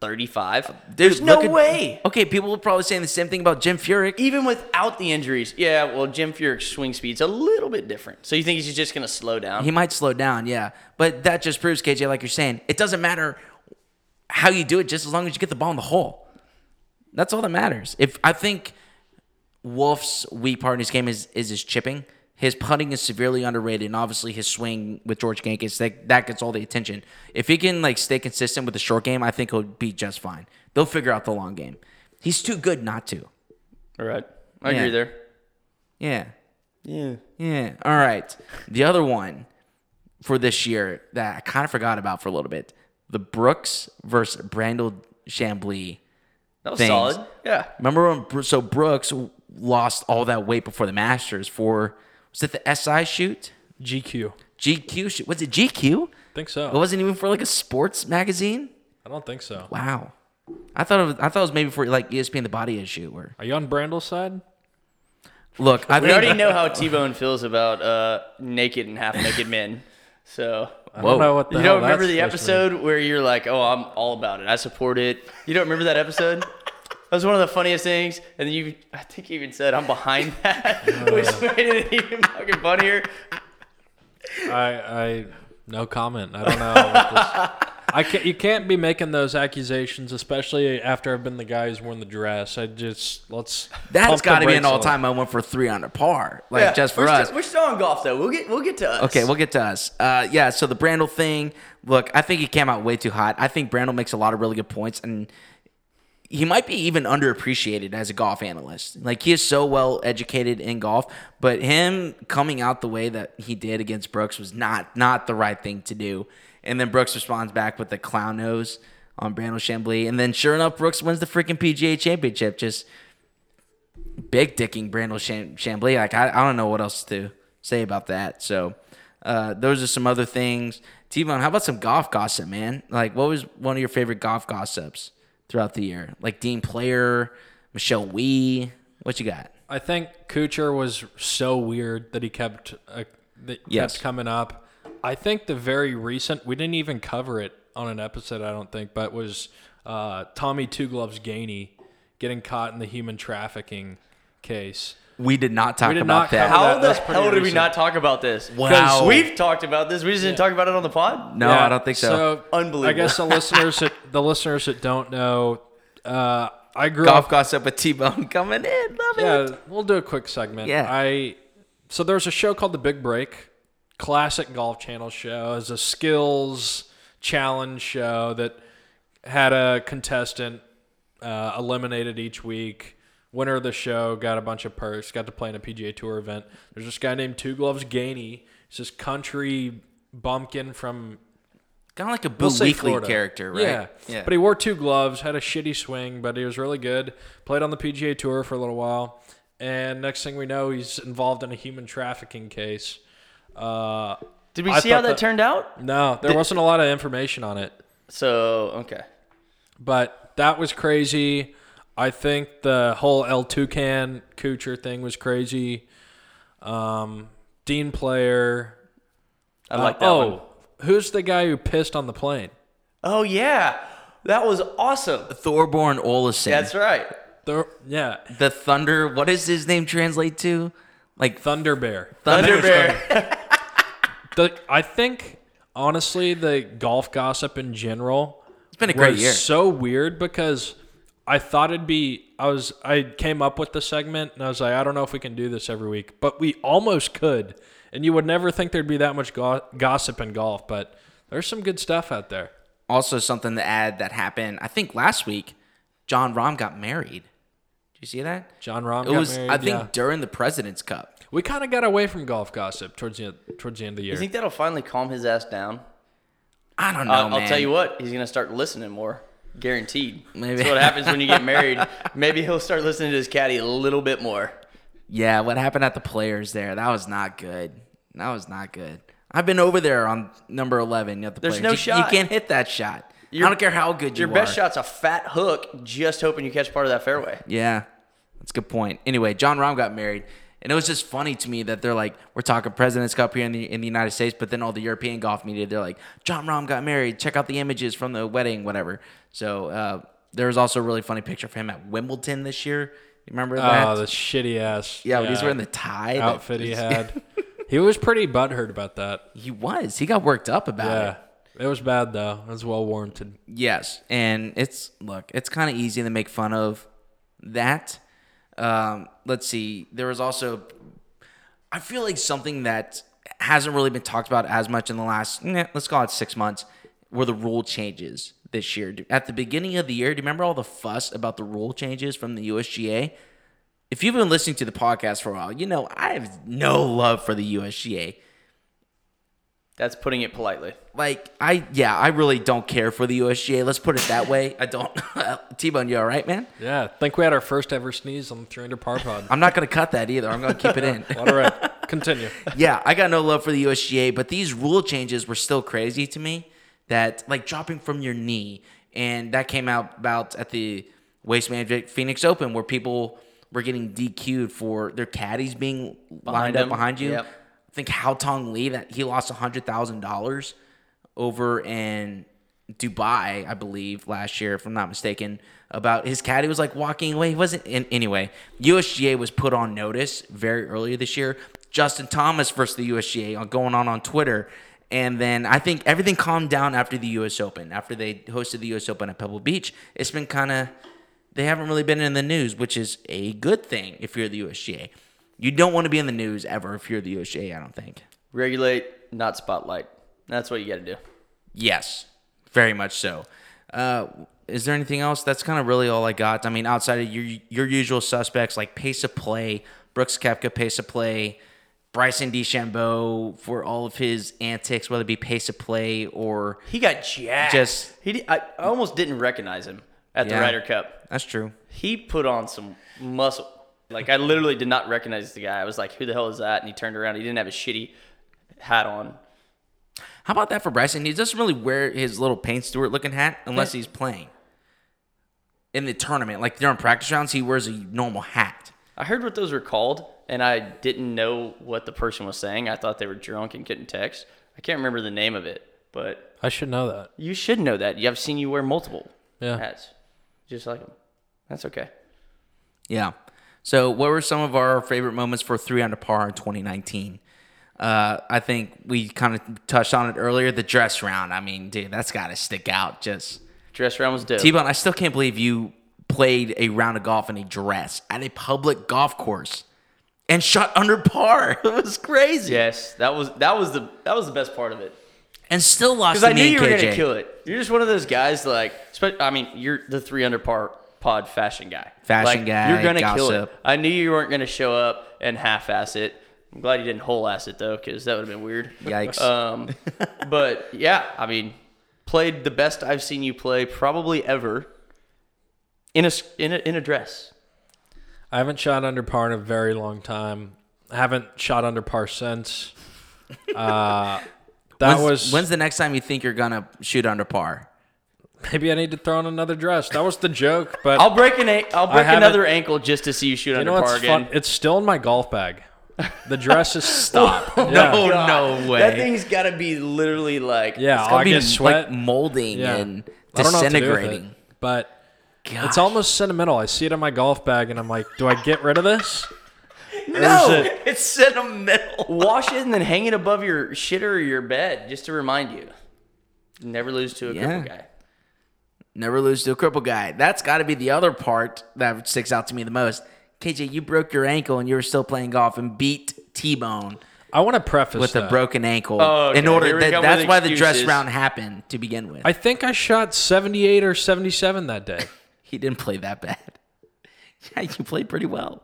Speaker 2: 35? There's no
Speaker 1: look at-
Speaker 2: way.
Speaker 1: Okay, people are probably saying the same thing about Jim Furyk.
Speaker 2: Even without the injuries, yeah. Well, Jim Furyk's swing speed's a little bit different. So you think he's just gonna slow down?
Speaker 1: He might slow down, yeah. But that just proves, KJ, like you're saying, it doesn't matter how you do it, just as long as you get the ball in the hole. That's all that matters. If I think Wolf's weak part in his game is is his chipping. His putting is severely underrated, and obviously his swing with George Gankis that, that gets all the attention. If he can like stay consistent with the short game, I think he'll be just fine. They'll figure out the long game. He's too good not to.
Speaker 2: All right. I
Speaker 1: Yeah.
Speaker 2: agree there.
Speaker 1: Yeah,
Speaker 2: Yeah.
Speaker 1: yeah. All right. The other one for this year that I kind of forgot about for a little bit: the Brooks versus Brandel Chambly
Speaker 2: That was
Speaker 1: Things.
Speaker 2: solid. Yeah.
Speaker 1: Remember when Bru- so Brooks lost all that weight before the Masters for was it the SI shoot?
Speaker 3: GQ,
Speaker 1: GQ shoot was it GQ?
Speaker 3: think so.
Speaker 1: It wasn't even for like a sports magazine.
Speaker 3: I don't think so.
Speaker 1: Wow, I thought it was, I thought it was maybe for like E ESPN the Body Issue. Or
Speaker 3: Are you on Brandel's side?
Speaker 1: look, I
Speaker 2: We
Speaker 1: think,
Speaker 2: already know how T Bone feels about uh, naked and half naked men. So
Speaker 3: I
Speaker 1: Whoa.
Speaker 3: don't know what the
Speaker 2: you
Speaker 3: hell
Speaker 2: don't remember
Speaker 3: that's
Speaker 2: the
Speaker 3: supposed to mean.
Speaker 2: episode where you're like, "Oh, I'm all about it. I support it." You don't remember that episode? That was one of the funniest things. And then you, I think you even said, "I'm behind that," which made it even fucking funnier.
Speaker 3: I, I no comment. I don't know. what this- I can't. You can't be making those accusations, especially after I've been the guy who's worn the dress. I just let's.
Speaker 1: that's
Speaker 3: pump the
Speaker 1: got to be an
Speaker 3: brakes a little.
Speaker 1: all-time moment for three under par, like
Speaker 2: Yeah,
Speaker 1: just for
Speaker 2: we're
Speaker 1: us.
Speaker 2: Still, we're still on golf though. We'll get we'll get to us.
Speaker 1: Okay, we'll get to us. Uh, yeah, so the Brandel thing. Look, I think he came out way too hot. I think Brandel makes a lot of really good points, and he might be even underappreciated as a golf analyst. Like he is so well educated in golf, but him coming out the way that he did against Brooks was not not the right thing to do. And then Brooks responds back with the clown nose on Brandel Chambly, and then sure enough, Brooks wins the freaking PGA Championship. Just big dicking Brandel Cham- Chambly. Like I, I don't know what else to say about that. So uh, those are some other things. T-Bone, how about some golf gossip, man? Like what was one of your favorite golf gossips throughout the year? Like Dean Player, Michelle Wee. What you got?
Speaker 3: I think Kuchar was so weird that he kept uh, that
Speaker 1: Yes.
Speaker 3: kept coming up. I think the very recent we didn't even cover it on an episode, I don't think, but was uh, Tommy Two Gloves Gainey getting caught in the human trafficking case.
Speaker 1: We did not talk
Speaker 3: We did
Speaker 1: about
Speaker 3: not
Speaker 1: that.
Speaker 3: cover
Speaker 2: How
Speaker 3: That-
Speaker 2: the
Speaker 3: that's pretty
Speaker 2: hell did we
Speaker 3: recent.
Speaker 2: not talk about this?
Speaker 1: Wow.
Speaker 2: we've talked about this. We just didn't talk about it on the pod.
Speaker 1: no,
Speaker 3: Yeah,
Speaker 1: I don't think so.
Speaker 2: Unbelievable.
Speaker 3: I guess the listeners that the listeners that don't know, uh, I grew
Speaker 1: golf
Speaker 3: up.
Speaker 1: gossip with T-Bone coming in. Love it.
Speaker 3: Yeah, we'll do a quick segment.
Speaker 1: Yeah.
Speaker 3: I so there's a show called The Big Break, classic Golf Channel show. It's a skills challenge show that had a contestant uh, eliminated each week. winner of the show, got a bunch of perks, got to play in a PGA Tour event. There's this guy named Two Gloves Gainey. He's this country bumpkin from
Speaker 1: Kind of like a Boo
Speaker 3: we'll say
Speaker 1: Weekly
Speaker 3: Florida.
Speaker 1: character, right?
Speaker 3: Yeah.
Speaker 1: yeah.
Speaker 3: But he wore two gloves, had a shitty swing, but he was really good. Played on the PGA Tour for a little while. And next thing we know, he's involved in a human trafficking case. Uh,
Speaker 2: Did we
Speaker 3: I
Speaker 2: see how
Speaker 3: thought
Speaker 2: that,
Speaker 3: that-
Speaker 2: turned out?
Speaker 3: no, there wasn't a lot of information on it,
Speaker 2: So okay,
Speaker 3: but that was crazy. I think the whole El Toucan Kucher thing was crazy. Um, Dean Player.
Speaker 2: I
Speaker 3: Uh,
Speaker 2: like that
Speaker 3: oh,
Speaker 2: one.
Speaker 3: who's the guy who pissed on the plane?
Speaker 2: Oh yeah, that was awesome.
Speaker 1: Thorborn Olesen.
Speaker 2: That's right.
Speaker 3: The, yeah,
Speaker 1: the Thunder. What does his name translate to? Like
Speaker 3: Thunder Bear.
Speaker 1: Thunder.
Speaker 2: Thunderbear.
Speaker 3: the I think honestly the golf gossip in general
Speaker 1: It's been a great
Speaker 3: was
Speaker 1: year.
Speaker 3: so weird because I thought it'd be I was I came up with the segment and I was like I don't know if we can do this every week but we almost could and you would never think there'd be that much go- gossip in golf but there's some good stuff out there
Speaker 1: also, something to add that happened. I think last week, John Rahm got married. Did you see that?
Speaker 3: John Rahm
Speaker 1: It
Speaker 3: got
Speaker 1: was,
Speaker 3: married,
Speaker 1: I think,
Speaker 3: yeah.
Speaker 1: during the President's Cup.
Speaker 3: we kind of got away from golf gossip towards the towards the end of the year
Speaker 2: You think that'll finally calm his ass down? Oh,
Speaker 1: I don't know.
Speaker 2: Uh, I'll- I'll
Speaker 1: man.
Speaker 2: tell you what, he's gonna start listening more. Guaranteed.
Speaker 1: Maybe.
Speaker 2: That's what happens when you get married. Maybe he'll start listening to his caddy a little bit more.
Speaker 1: Yeah, what happened at the players there? That was not good. That was not good. I've been over there on number eleven at the
Speaker 2: There's
Speaker 1: players.
Speaker 2: no
Speaker 1: you, you
Speaker 2: shot.
Speaker 1: can't hit that shot.
Speaker 2: Your-
Speaker 1: I don't care how good
Speaker 2: Your
Speaker 1: you
Speaker 2: best
Speaker 1: are.
Speaker 2: shot's a fat hook, just hoping you catch part of that fairway.
Speaker 1: Yeah, that's a good point. Anyway, John Rahm got married, and it was just funny to me that they're like, we're talking President's Cup here in the in the United States, but then all the European golf media, they're like, John Rahm got married. Check out the images from the wedding, whatever. So uh, there was also a really funny picture of him at Wimbledon this year. You remember that?
Speaker 3: oh the shitty ass uh,
Speaker 1: yeah, when he's wearing the tie that-
Speaker 3: outfit he had he was pretty butthurt about that
Speaker 1: He was. He got worked up about it.
Speaker 3: yeah it was bad though it was well warranted
Speaker 1: Yes, and it's look, it's kind of easy to make fun of that. Um, let's see. There was also, I feel like something that hasn't really been talked about as much in the last, eh, let's call it six months, were the rule changes this year. Do- At the beginning of the year, do you remember all the fuss about the rule changes from the USGA? If you've been listening to the podcast for a while, you know I have no love for the USGA
Speaker 2: That's putting it politely.
Speaker 1: like I yeah, I really don't care for the USGA. Let's put it that way. I don't. T Bone, you all right, man?
Speaker 3: Yeah, I think we had our first ever sneeze on the 300 par pod.
Speaker 1: I'm not gonna cut that either. I'm gonna keep it in.
Speaker 3: All right, continue.
Speaker 1: yeah, I got no love for the USGA, but these rule changes were still crazy to me. That like dropping from your knee, and that came out about at the Waste Management Phoenix Open, where people were getting DQ'd for their caddies being lined up
Speaker 2: them.
Speaker 1: behind you.
Speaker 2: Yep.
Speaker 1: I think Hao Tong Lee that he lost hundred thousand dollars over in Dubai, I believe, last year, if I'm not mistaken, about his caddy was like walking away. He wasn't in anyway. USGA was put on notice very early this year. Justin Thomas versus the USGA on uh, going on on Twitter. And then I think everything calmed down after the US Open, after they hosted the US Open at Pebble Beach. It's been kind of they haven't really been in the news, which is a good thing if you're the USGA. You don't want to be in the news ever if you're the USGA, I don't think.
Speaker 2: Regulate, not spotlight. That's what you got to do.
Speaker 1: Yes, very much so. Uh, is there anything else? That's kind of really all I got. I mean, outside of your your usual suspects like pace of play, Brooks Kepka pace of play, Bryson DeChambeau for all of his antics, whether it be pace of play or
Speaker 2: He got jacked.
Speaker 1: Just-
Speaker 2: he. Di- I I almost didn't recognize him at
Speaker 1: Yeah.
Speaker 2: the Ryder Cup.
Speaker 1: that's true.
Speaker 2: He put on some muscle. Like I literally did not recognize the guy. I was like, "Who the hell is that?" And he turned around. He didn't have a shitty hat on.
Speaker 1: How about that for Bryson? He doesn't really wear his little Payne Stewart looking hat unless he's playing in the tournament. Like during practice rounds, he wears a normal hat.
Speaker 2: I heard what those were called, and I didn't know what the person was saying. I thought they were drunk and couldn't text. I can't remember the name of it, but
Speaker 3: I should know that.
Speaker 2: you should know that. I've seen you wear multiple
Speaker 3: Yeah.
Speaker 2: hats, just like him. That's okay.
Speaker 1: Yeah. So, what were some of our favorite moments for three under par in 2019? Uh, I think we kind of touched on it earlier. The dress round. I mean, dude, that's got to stick out. Just
Speaker 2: Dress round was dope.
Speaker 1: T Bone, I still can't believe you played a round of golf in a dress at a public golf course and shot under par. It was crazy.
Speaker 2: yes, that was that was the that was the best part of it.
Speaker 1: And still lost to
Speaker 2: Because I knew
Speaker 1: me
Speaker 2: you
Speaker 1: and
Speaker 2: were
Speaker 1: KJ.
Speaker 2: gonna kill it. You're just one of those guys like. spe- I mean, you're the three under par pod fashion guy.
Speaker 1: Fashion
Speaker 2: Like,
Speaker 1: guy,
Speaker 2: You're gonna kill it.
Speaker 1: gossip.
Speaker 2: I knew you weren't gonna show up and half ass it. I'm glad you didn't whole ass it though, because that would have been weird.
Speaker 1: Yikes.
Speaker 2: Um, but yeah, I mean, played the best I've seen you play probably ever. In a s- in a, in a dress.
Speaker 3: I haven't shot under par in a very long time. I haven't shot under par since. Uh, that
Speaker 1: when's,
Speaker 3: was
Speaker 1: when's the next time you think you're gonna shoot under par?
Speaker 3: maybe I need to throw on another dress. That was the joke, but
Speaker 2: I'll break an an- I'll break
Speaker 3: haven't-
Speaker 2: another ankle just to see you shoot
Speaker 3: you
Speaker 2: under
Speaker 3: know what's
Speaker 2: par again.
Speaker 3: fun? It's still in my golf bag. The dress is stopped. yeah.
Speaker 2: Oh,
Speaker 1: no
Speaker 2: God,
Speaker 1: way.
Speaker 2: That thing's got to be literally like
Speaker 3: yeah,
Speaker 1: It's
Speaker 3: Oh, I
Speaker 1: gonna be
Speaker 3: get sweat.
Speaker 1: like molding
Speaker 3: yeah.
Speaker 1: and
Speaker 3: I don't know what to do with it,
Speaker 1: disintegrating.
Speaker 3: but
Speaker 1: Gosh.
Speaker 3: it's almost sentimental. I see it in my golf bag, and I'm like, do I get rid of this?
Speaker 1: no,
Speaker 3: is it-
Speaker 1: it's sentimental.
Speaker 2: wash it and then hang it above your shitter or your bed just to remind you. Never lose to a
Speaker 1: Yeah.
Speaker 2: cripple guy.
Speaker 1: Never lose to a cripple guy. That's got to be the other part that sticks out to me the most. KJ, you broke your ankle and you were still playing golf and beat T Bone
Speaker 3: I want to preface
Speaker 1: with
Speaker 3: that.
Speaker 1: a broken ankle.
Speaker 2: Oh, okay.
Speaker 1: In
Speaker 2: Here
Speaker 1: order,
Speaker 2: we
Speaker 1: that-
Speaker 2: come with
Speaker 1: that's why the dress
Speaker 2: excuses.
Speaker 1: round happened to begin with.
Speaker 3: I think I shot 78 or 77 that day.
Speaker 1: he didn't play that bad. Yeah, you played pretty well.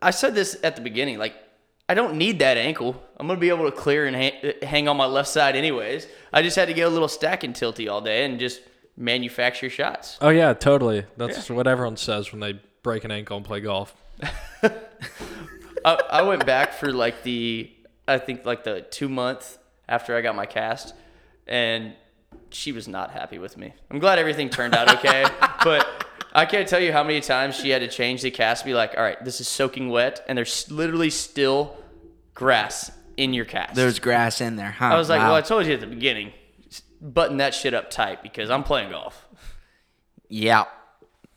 Speaker 2: I said this at the beginning. Like, I don't need that ankle. I'm gonna be able to clear and ha- uh, hang on my left side anyways. I just had to get a little stack and tilty all day and just manufacture shots.
Speaker 3: Oh yeah, totally. That's what everyone says when they break an ankle and play golf.
Speaker 2: I, I went back for like the I think like the two month after I got my cast, and she was not happy with me. I'm glad everything turned out okay, but I can't tell you how many times she had to change the cast. Be like, all right, this is soaking wet, and there's literally still grass in your cast.
Speaker 1: There's grass in there, huh?
Speaker 2: I was like,
Speaker 1: Wow.
Speaker 2: well, I told you at the beginning, just button that shit up tight because I'm playing golf.
Speaker 1: yeah,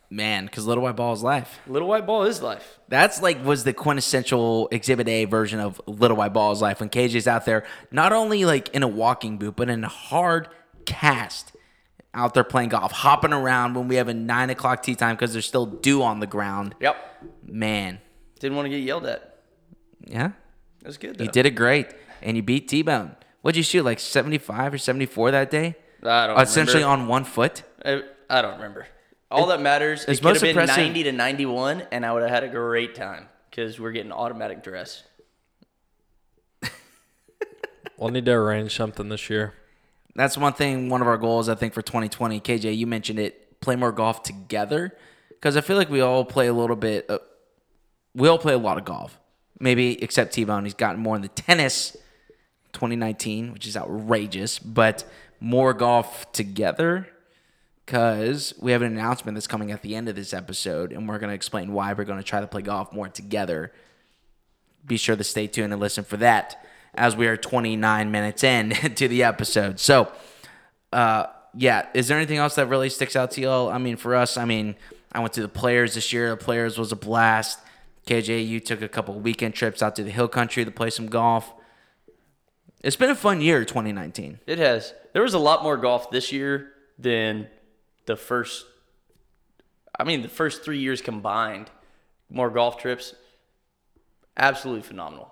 Speaker 1: man, because little white ball is life.
Speaker 2: Little white ball is life.
Speaker 1: That's like was the quintessential Exhibit A version of Little White Ball's life when KJ's out there, not only like in a walking boot, but in a hard cast out there playing golf, hopping around when we have a nine o'clock tea time because there's still dew on the ground.
Speaker 2: Yep.
Speaker 1: Man,
Speaker 2: Didn't want to get yelled at.
Speaker 1: yeah,
Speaker 2: It was good. Though.
Speaker 1: you did it great, and you beat T Bone. What'd you shoot like seventy five or seventy four that day?
Speaker 2: I don't
Speaker 1: Essentially
Speaker 2: remember.
Speaker 1: on one foot.
Speaker 2: I, I don't remember. All that matters
Speaker 1: it's
Speaker 2: is it could
Speaker 1: most
Speaker 2: have been
Speaker 1: impressive-
Speaker 2: 90 to 91, and I would have had a great time because we're getting automatic dress.
Speaker 3: We'll need to arrange something this year.
Speaker 1: That's one thing, one of our goals, I think, for 2020. KJ, you mentioned it, play more golf together. Because I feel like we all play a little bit, uh, we all play a lot of golf. Maybe except T Bone. He's gotten more into tennis 2019, which is outrageous, but more golf together. Because we have an announcement that's coming at the end of this episode, and we're going to explain why we're going to try to play golf more together be sure to stay tuned and listen for that as we are 29 minutes in to the episode. So, uh, yeah, is there anything else that really sticks out to y'all? I mean, for us, I mean, I went to the players this year. The players was a blast. KJ, you took a couple weekend trips out to the hill country to play some golf. It's been a fun year, 2019.
Speaker 2: It has. There was a lot more golf this year than the first. I mean, the first three years combined. More golf trips. Absolutely phenomenal.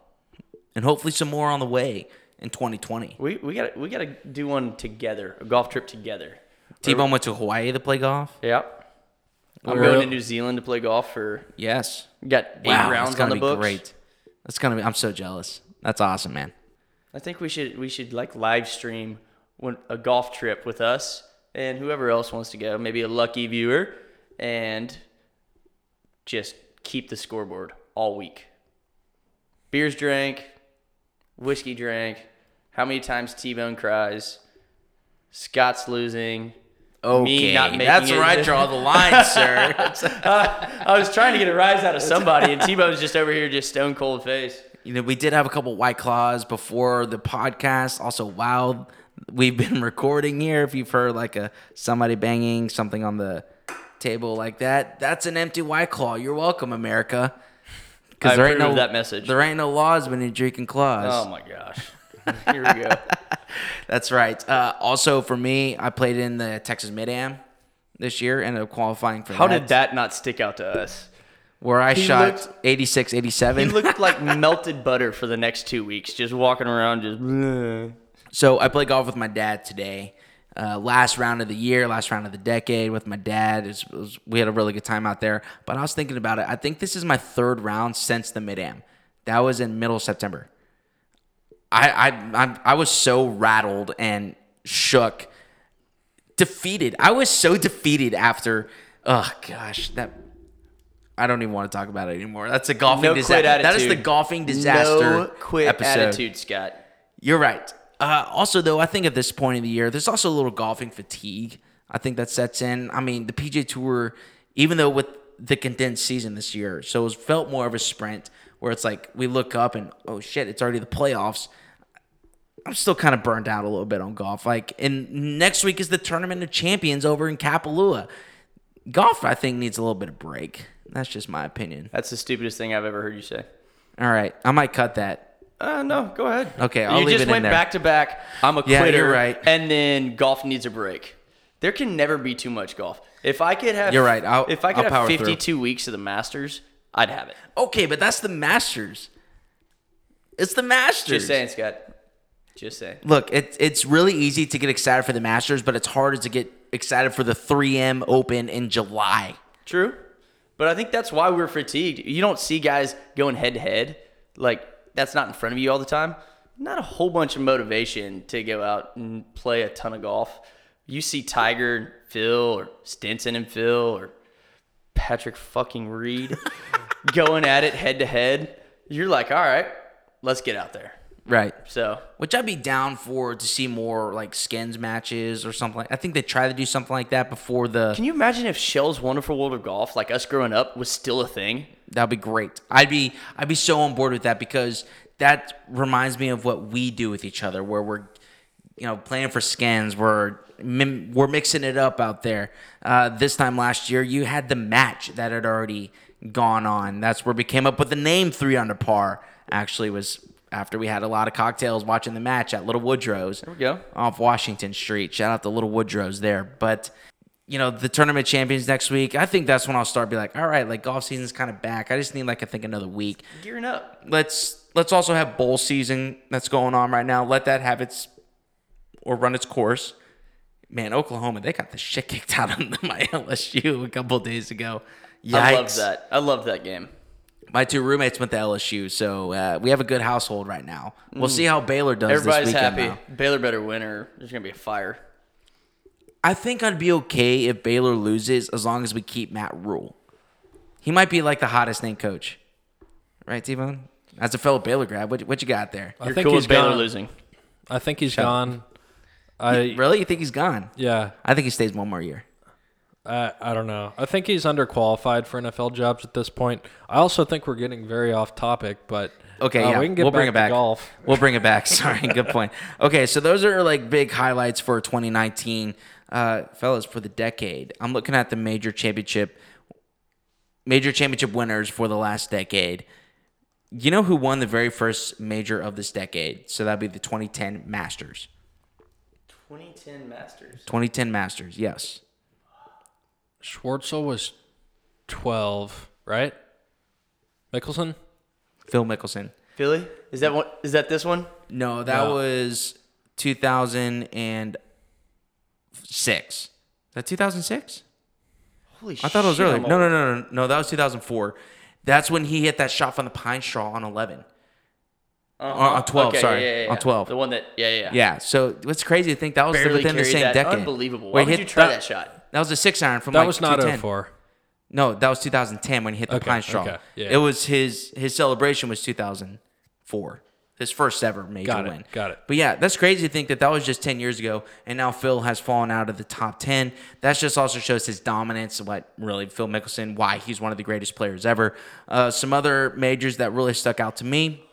Speaker 1: And hopefully some more on the way in 2020.
Speaker 2: We we got we got to do one together, a golf trip together.
Speaker 1: T Bone went to Hawaii to play golf.
Speaker 2: Yep. I'm
Speaker 3: We're-
Speaker 2: going to New Zealand to play golf for
Speaker 1: Yes.
Speaker 2: got eight
Speaker 1: Wow, that's
Speaker 2: rounds on
Speaker 1: gonna
Speaker 2: the
Speaker 1: be
Speaker 2: books.
Speaker 1: Great. That's gonna be. I'm so jealous. That's awesome, man.
Speaker 2: I think we should we should like live stream when, a golf trip with us and whoever else wants to go, maybe a lucky viewer, and just keep the scoreboard all week. Beers drank, whiskey drank. How many times T Bone cries? Scott's losing.
Speaker 1: Okay,
Speaker 2: Me not making
Speaker 1: that's
Speaker 2: it.
Speaker 1: where I draw the line, sir.
Speaker 2: I was trying to get a rise out of somebody, and T Bone's just over here, just stone cold face.
Speaker 1: you know, we did have a couple white claws before the podcast. Also, wow, we've been recording here. If you've heard like a somebody banging something on the table like that, that's an empty white claw. You're welcome, America.
Speaker 2: I
Speaker 1: Because there ain't
Speaker 2: approve
Speaker 1: no
Speaker 2: that message.
Speaker 1: There ain't no laws when you're drinking claws.
Speaker 2: Oh my gosh. Here we go.
Speaker 1: That's right. Uh, also, for me, I played in the Texas Mid Am this year, ended up qualifying for
Speaker 2: How
Speaker 1: that,
Speaker 2: did that not stick out to us?
Speaker 1: Where I shot
Speaker 2: looked-
Speaker 1: 86,
Speaker 2: He
Speaker 1: 87.
Speaker 2: looked like melted butter for the next two weeks, just walking around, just.
Speaker 1: So I played golf with my dad today. uh, last round of the year, last round of the decade with my dad. It was, it was- we had a really good time out there. But I was thinking about it. I think this is my third round since the mid am. That was in middle September. I I I'm, I was so rattled and shook, defeated. I was so defeated after. Oh gosh, that. I don't even want to talk about it anymore. That's a golfing
Speaker 2: No
Speaker 1: disaster.
Speaker 2: quit attitude.
Speaker 1: That is the golfing disaster
Speaker 2: No quit
Speaker 1: episode.
Speaker 2: attitude, Scott.
Speaker 1: You're right. Uh, also, though, I think at this point in the year, there's also a little golfing fatigue. I think that sets in. I mean, the PJ Tour, even though with the condensed season this year, so it was felt more of a sprint where it's like we look up and oh shit, it's already the playoffs. I'm still kind of burned out a little bit on golf. Like, and next week is the Tournament of Champions over in Kapalua. Golf, I think, needs a little bit of break. That's just my opinion.
Speaker 2: That's the stupidest thing I've ever heard you say.
Speaker 1: All right, I might cut that.
Speaker 2: Uh, no, go ahead.
Speaker 1: Okay, I'll
Speaker 2: you
Speaker 1: leave
Speaker 2: just
Speaker 1: it in
Speaker 2: went
Speaker 1: there.
Speaker 2: back to back. I'm a
Speaker 1: Yeah, you're
Speaker 2: quitter,
Speaker 1: right.
Speaker 2: And then golf needs a break. There can never be too much golf. If I could have,
Speaker 1: You're right, I'll-
Speaker 2: if I could
Speaker 1: I'll
Speaker 2: have
Speaker 1: power through.
Speaker 2: 52 weeks of the Masters, I'd have it.
Speaker 1: Okay, but that's the Masters. It's the Masters.
Speaker 2: Just saying, Scott. Just saying.
Speaker 1: Look, it, it's really easy to get excited for the Masters, but it's harder to get excited for the 3M Open in July.
Speaker 2: True, but I think that's why we're fatigued. You don't see guys going head to head like that's not in front of you all the time. Not a whole bunch of motivation to go out and play a ton of golf. You see Tiger and Phil or Stinson and Phil or Patrick fucking Reed going at it head to head. You're like, all right, let's get out there.
Speaker 1: Right.
Speaker 2: So
Speaker 1: Which I'd be down for to see more like skins matches or something. I think they try to do something like that before the.
Speaker 2: can you imagine if Shell's Wonderful World of Golf, like us growing up, was still a thing?
Speaker 1: That'd be great. I'd be I'd be so on board with that because that reminds me of what we do with each other, where we're you know playing for skins, we're mim- we're mixing it up out there. Uh, this time last year, you had the match that had already gone on. That's where we came up with the name three under par. Actually, was after we had a lot of cocktails watching the match at Little Woodrow's
Speaker 2: we go.
Speaker 1: off Washington Street. Shout out to Little Woodrow's there, but you know the tournament champions next week i think that's when i'll start be like all right like golf season's kind of back i just need like i think another week
Speaker 2: Gearing up.
Speaker 1: let's let's also have bowl season that's going on right now let that have its or run its course man oklahoma they got the shit kicked out of my lsu a couple days ago Yikes.
Speaker 2: I love that. I love that game.
Speaker 1: my two roommates went to lsu so uh, we have a good household right now we'll see how baylor does
Speaker 2: Mm. Everybody's
Speaker 1: this weekend,
Speaker 2: happy.
Speaker 1: though.
Speaker 2: Baylor better win or there's gonna be a fire.
Speaker 1: I think I'd be okay if Baylor loses as long as we keep Matt Rule. He might be like the hottest named coach. Right, T Bone? As a fellow Baylor grad, what, what you got there?
Speaker 3: I
Speaker 2: You're
Speaker 3: think
Speaker 2: cool
Speaker 3: he's
Speaker 2: with Baylor
Speaker 3: gone.
Speaker 2: losing.
Speaker 3: I think he's gone. I
Speaker 1: Really? You think he's gone?
Speaker 3: yeah.
Speaker 1: I think he stays one more year.
Speaker 3: I, I don't know. I think he's underqualified for NFL jobs at this point. I also think we're getting very off topic, but
Speaker 1: Okay,
Speaker 3: uh,
Speaker 1: yeah,
Speaker 3: we can get
Speaker 1: will
Speaker 3: back
Speaker 1: bring it
Speaker 3: to
Speaker 1: back.
Speaker 3: golf.
Speaker 1: We'll bring it back. Sorry, good point. Okay, so those are like big highlights for 2019, uh, fellas, for the decade. I'm looking at the major championship, major championship winners for the last decade. You know who won the very first major of this decade? So that'd be the 2010 Masters.
Speaker 2: 2010 Masters.
Speaker 1: 2010 Masters, yes.
Speaker 3: Schwartzel was twelve, right? Mickelson.
Speaker 1: Phil Mickelson.
Speaker 2: Philly? Is that one is that this one?
Speaker 1: No, that
Speaker 3: No.
Speaker 1: was 2006. Is that 2006?
Speaker 2: Holy shit.
Speaker 1: I thought it was earlier. No, no, no, no, no. That was 2004. That's when he hit that shot from the pine straw on 11.
Speaker 2: Uh-huh.
Speaker 1: on- on 12, sorry. On 12.
Speaker 2: The one that yeah, yeah.
Speaker 1: Yeah. So it's crazy to think that was
Speaker 2: Barely
Speaker 1: within the
Speaker 2: carried
Speaker 1: same
Speaker 2: that.
Speaker 1: decade.
Speaker 2: Unbelievable. Why
Speaker 1: Where he
Speaker 2: would
Speaker 1: hit
Speaker 2: you try that, shot?
Speaker 1: That was a six iron from
Speaker 3: That
Speaker 1: like
Speaker 3: was not
Speaker 1: 210.
Speaker 3: 04.
Speaker 1: No, that was 2010 when he hit the
Speaker 3: Okay,
Speaker 1: pine straw.
Speaker 3: okay, yeah.
Speaker 1: It was his his celebration was 2004. His first ever major
Speaker 3: Got it,
Speaker 1: win.
Speaker 3: got it.
Speaker 1: But yeah, that's crazy to think that that was just 10 years ago, and now Phil has fallen out of the top 10. That just also shows his dominance, what really Phil Mickelson, why he's one of the greatest players ever. Uh, some other majors that really stuck out to me.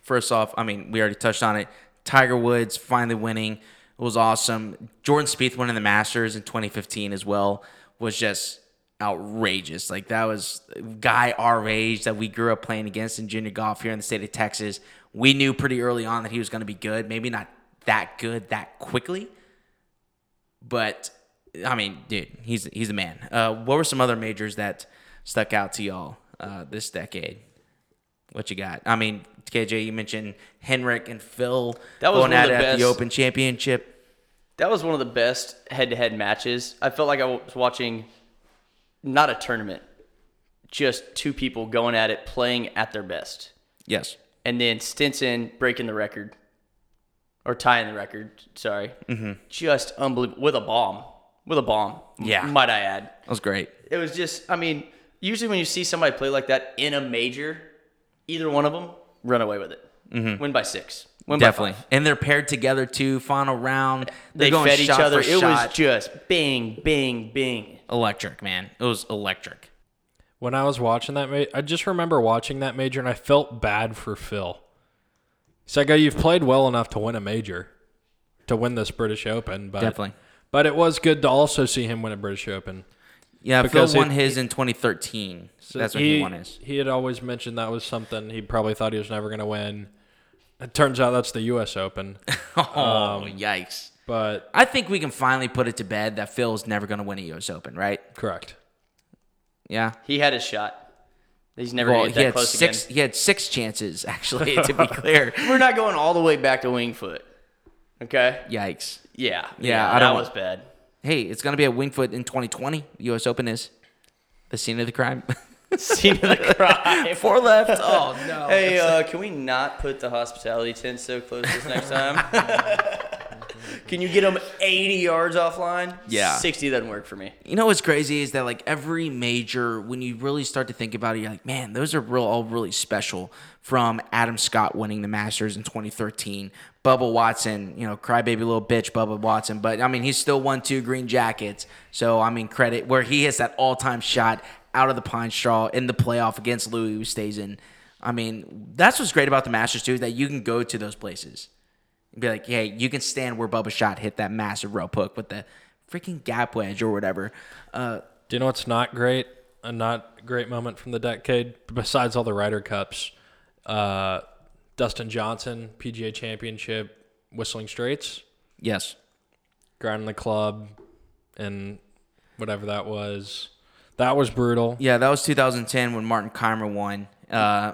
Speaker 1: First off, I mean, we already touched on it. Tiger Woods finally winning it was awesome. Jordan Spieth winning the Masters in 2015 as well was just outrageous. Like that was a guy our age that we grew up playing against in junior golf here in the state of Texas. We knew pretty early on that he was going to be good. Maybe not that good that quickly, but I mean, dude, he's he's a man. Uh, what were some other majors that stuck out to y'all uh, this decade? What you got? I mean, KJ, you mentioned Henrik and Phil
Speaker 2: That was
Speaker 1: going
Speaker 2: one of
Speaker 1: at
Speaker 2: the
Speaker 1: it at the
Speaker 2: best-
Speaker 1: Open Championship.
Speaker 2: That was one of the best head-to-head matches. I felt like I was watching not a tournament, just two people going at it, playing at their best,
Speaker 1: Yes.
Speaker 2: and then Stinson breaking the record or tying the record. Sorry, mm-hmm. just unbelievable with a bomb, with a bomb.
Speaker 1: Yeah.
Speaker 2: might I add.
Speaker 1: That was great.
Speaker 2: It was just, I mean, usually when you see somebody play like that in a major, either one of them run away with it, win by six, win by
Speaker 1: Mm-hmm. Definitely.
Speaker 2: five.
Speaker 1: And they're paired together too. Final round. They're
Speaker 2: They
Speaker 1: going
Speaker 2: fed each
Speaker 1: shot
Speaker 2: other.
Speaker 1: For
Speaker 2: It
Speaker 1: shot.
Speaker 2: was just bing, bing, bing.
Speaker 1: electric, man. It was electric.
Speaker 3: When I was watching that, ma- I just remember watching that major, and I felt bad for Phil. It's like, oh, you've played well enough to win a major, to win this British Open, but
Speaker 1: Definitely.
Speaker 3: But it was good to also see him win a British Open.
Speaker 1: Yeah,
Speaker 3: Because
Speaker 1: Phil won
Speaker 3: it-
Speaker 1: his in 2013. So that's when he, won his.
Speaker 3: He had always mentioned that was something he probably thought he was never going to win. It turns out that's the U.S. Open,
Speaker 1: Oh,
Speaker 2: Um,
Speaker 1: yikes.
Speaker 3: but
Speaker 1: I think we can finally put it to bed that Phil's never going to win a U.S. Open, right?
Speaker 3: correct.
Speaker 1: Yeah.
Speaker 2: He had his shot. He's never
Speaker 1: Well,
Speaker 2: gonna
Speaker 1: he
Speaker 2: get that
Speaker 1: had
Speaker 2: close
Speaker 1: six.
Speaker 2: again.
Speaker 1: He had six chances, actually, to be clear.
Speaker 2: We're not going all the way back to Wingfoot. Okay.
Speaker 1: Yikes.
Speaker 2: Yeah. Yeah.
Speaker 1: I
Speaker 2: that
Speaker 1: don't-
Speaker 2: was bad.
Speaker 1: Hey, it's going to be at Wingfoot in 2020. The U.S. Open is the scene of the crime.
Speaker 2: Scene of the crime.
Speaker 1: Four left. Oh no.
Speaker 2: Hey, uh, can we not put the hospitality tent so close this next time? can you get them 80 yards offline?
Speaker 1: Yeah.
Speaker 2: 60 doesn't work for me.
Speaker 1: You know what's crazy is that like every major, when you really start to think about it, you're like, man, those are real all really special. From Adam Scott winning the Masters in 2013, Bubba Watson, you know, crybaby little bitch, Bubba Watson, but I mean, he's still won two Green Jackets. So I mean, credit where he hits that all-time shot out of the pine straw in the playoff against Louis, who stays in. I mean, that's what's great about the Masters too is that you can go to those places and be like, hey, you can stand where Bubba Shot hit that massive rope hook with the freaking gap wedge or whatever. Uh,
Speaker 3: Do you know what's not great? A not great moment from the decade, besides all the Ryder Cups, uh, Dustin Johnson, PGA Championship, Whistling Straits,
Speaker 1: yes.
Speaker 3: grinding the club, and whatever that was. That was brutal.
Speaker 1: Yeah, that was 2010 when Martin Keimer won. Uh,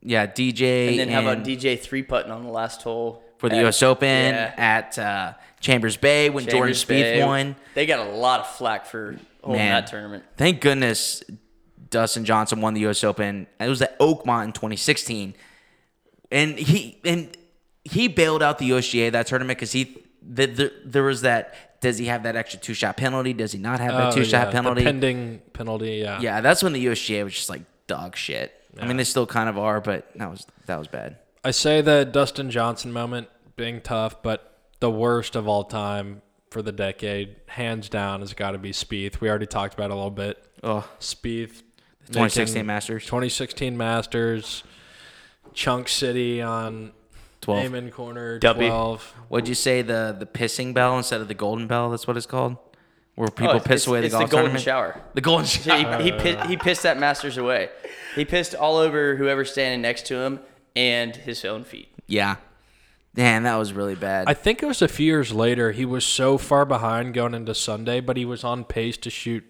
Speaker 1: yeah, DJ.
Speaker 2: And then how about DJ three putting on the last hole
Speaker 1: for the
Speaker 2: at-
Speaker 1: U.S. Open
Speaker 2: yeah,
Speaker 1: at uh, Chambers Bay when Jordan
Speaker 2: Chambers
Speaker 1: Spieth
Speaker 2: Bay.
Speaker 1: won?
Speaker 2: They got a lot of flack for holding
Speaker 1: Man.
Speaker 2: that tournament.
Speaker 1: Thank goodness Dustin Johnson won the U.S. Open. It was at Oakmont in 2016, and he and he bailed out the USGA that tournament because he the, the, there was that. Does he have that extra two shot penalty? Does he not have that
Speaker 3: Oh,
Speaker 1: two
Speaker 3: yeah,
Speaker 1: shot penalty?
Speaker 3: The pending penalty, yeah.
Speaker 1: yeah, that's when the USGA was just like dog shit. I mean, they still kind of are, but that was that was bad.
Speaker 3: I say the Dustin Johnson moment being tough, but the worst of all time for the decade, hands down, has got to be Spieth. We already talked about it a little bit.
Speaker 1: Oh,
Speaker 3: Spieth.
Speaker 1: 2016
Speaker 3: making-
Speaker 1: Masters.
Speaker 3: 2016 Masters. Chunk City on
Speaker 1: 12.
Speaker 3: Amen Corner.
Speaker 2: W.
Speaker 3: 12.
Speaker 1: What'd you say the the pissing bell instead of the golden bell? That's what it's called, where people
Speaker 2: Oh, it's-
Speaker 1: piss
Speaker 2: it's-
Speaker 1: away the
Speaker 2: it's
Speaker 1: golf
Speaker 2: the golden
Speaker 1: tournament?
Speaker 2: shower.
Speaker 1: The golden
Speaker 2: So
Speaker 1: shower.
Speaker 2: he, he, pi- he pissed that Masters away. He pissed all over whoever's standing next to him and his own feet.
Speaker 1: Yeah, man, that was really bad.
Speaker 3: I think it was a few years later. He was so far behind going into Sunday, but he was on pace to shoot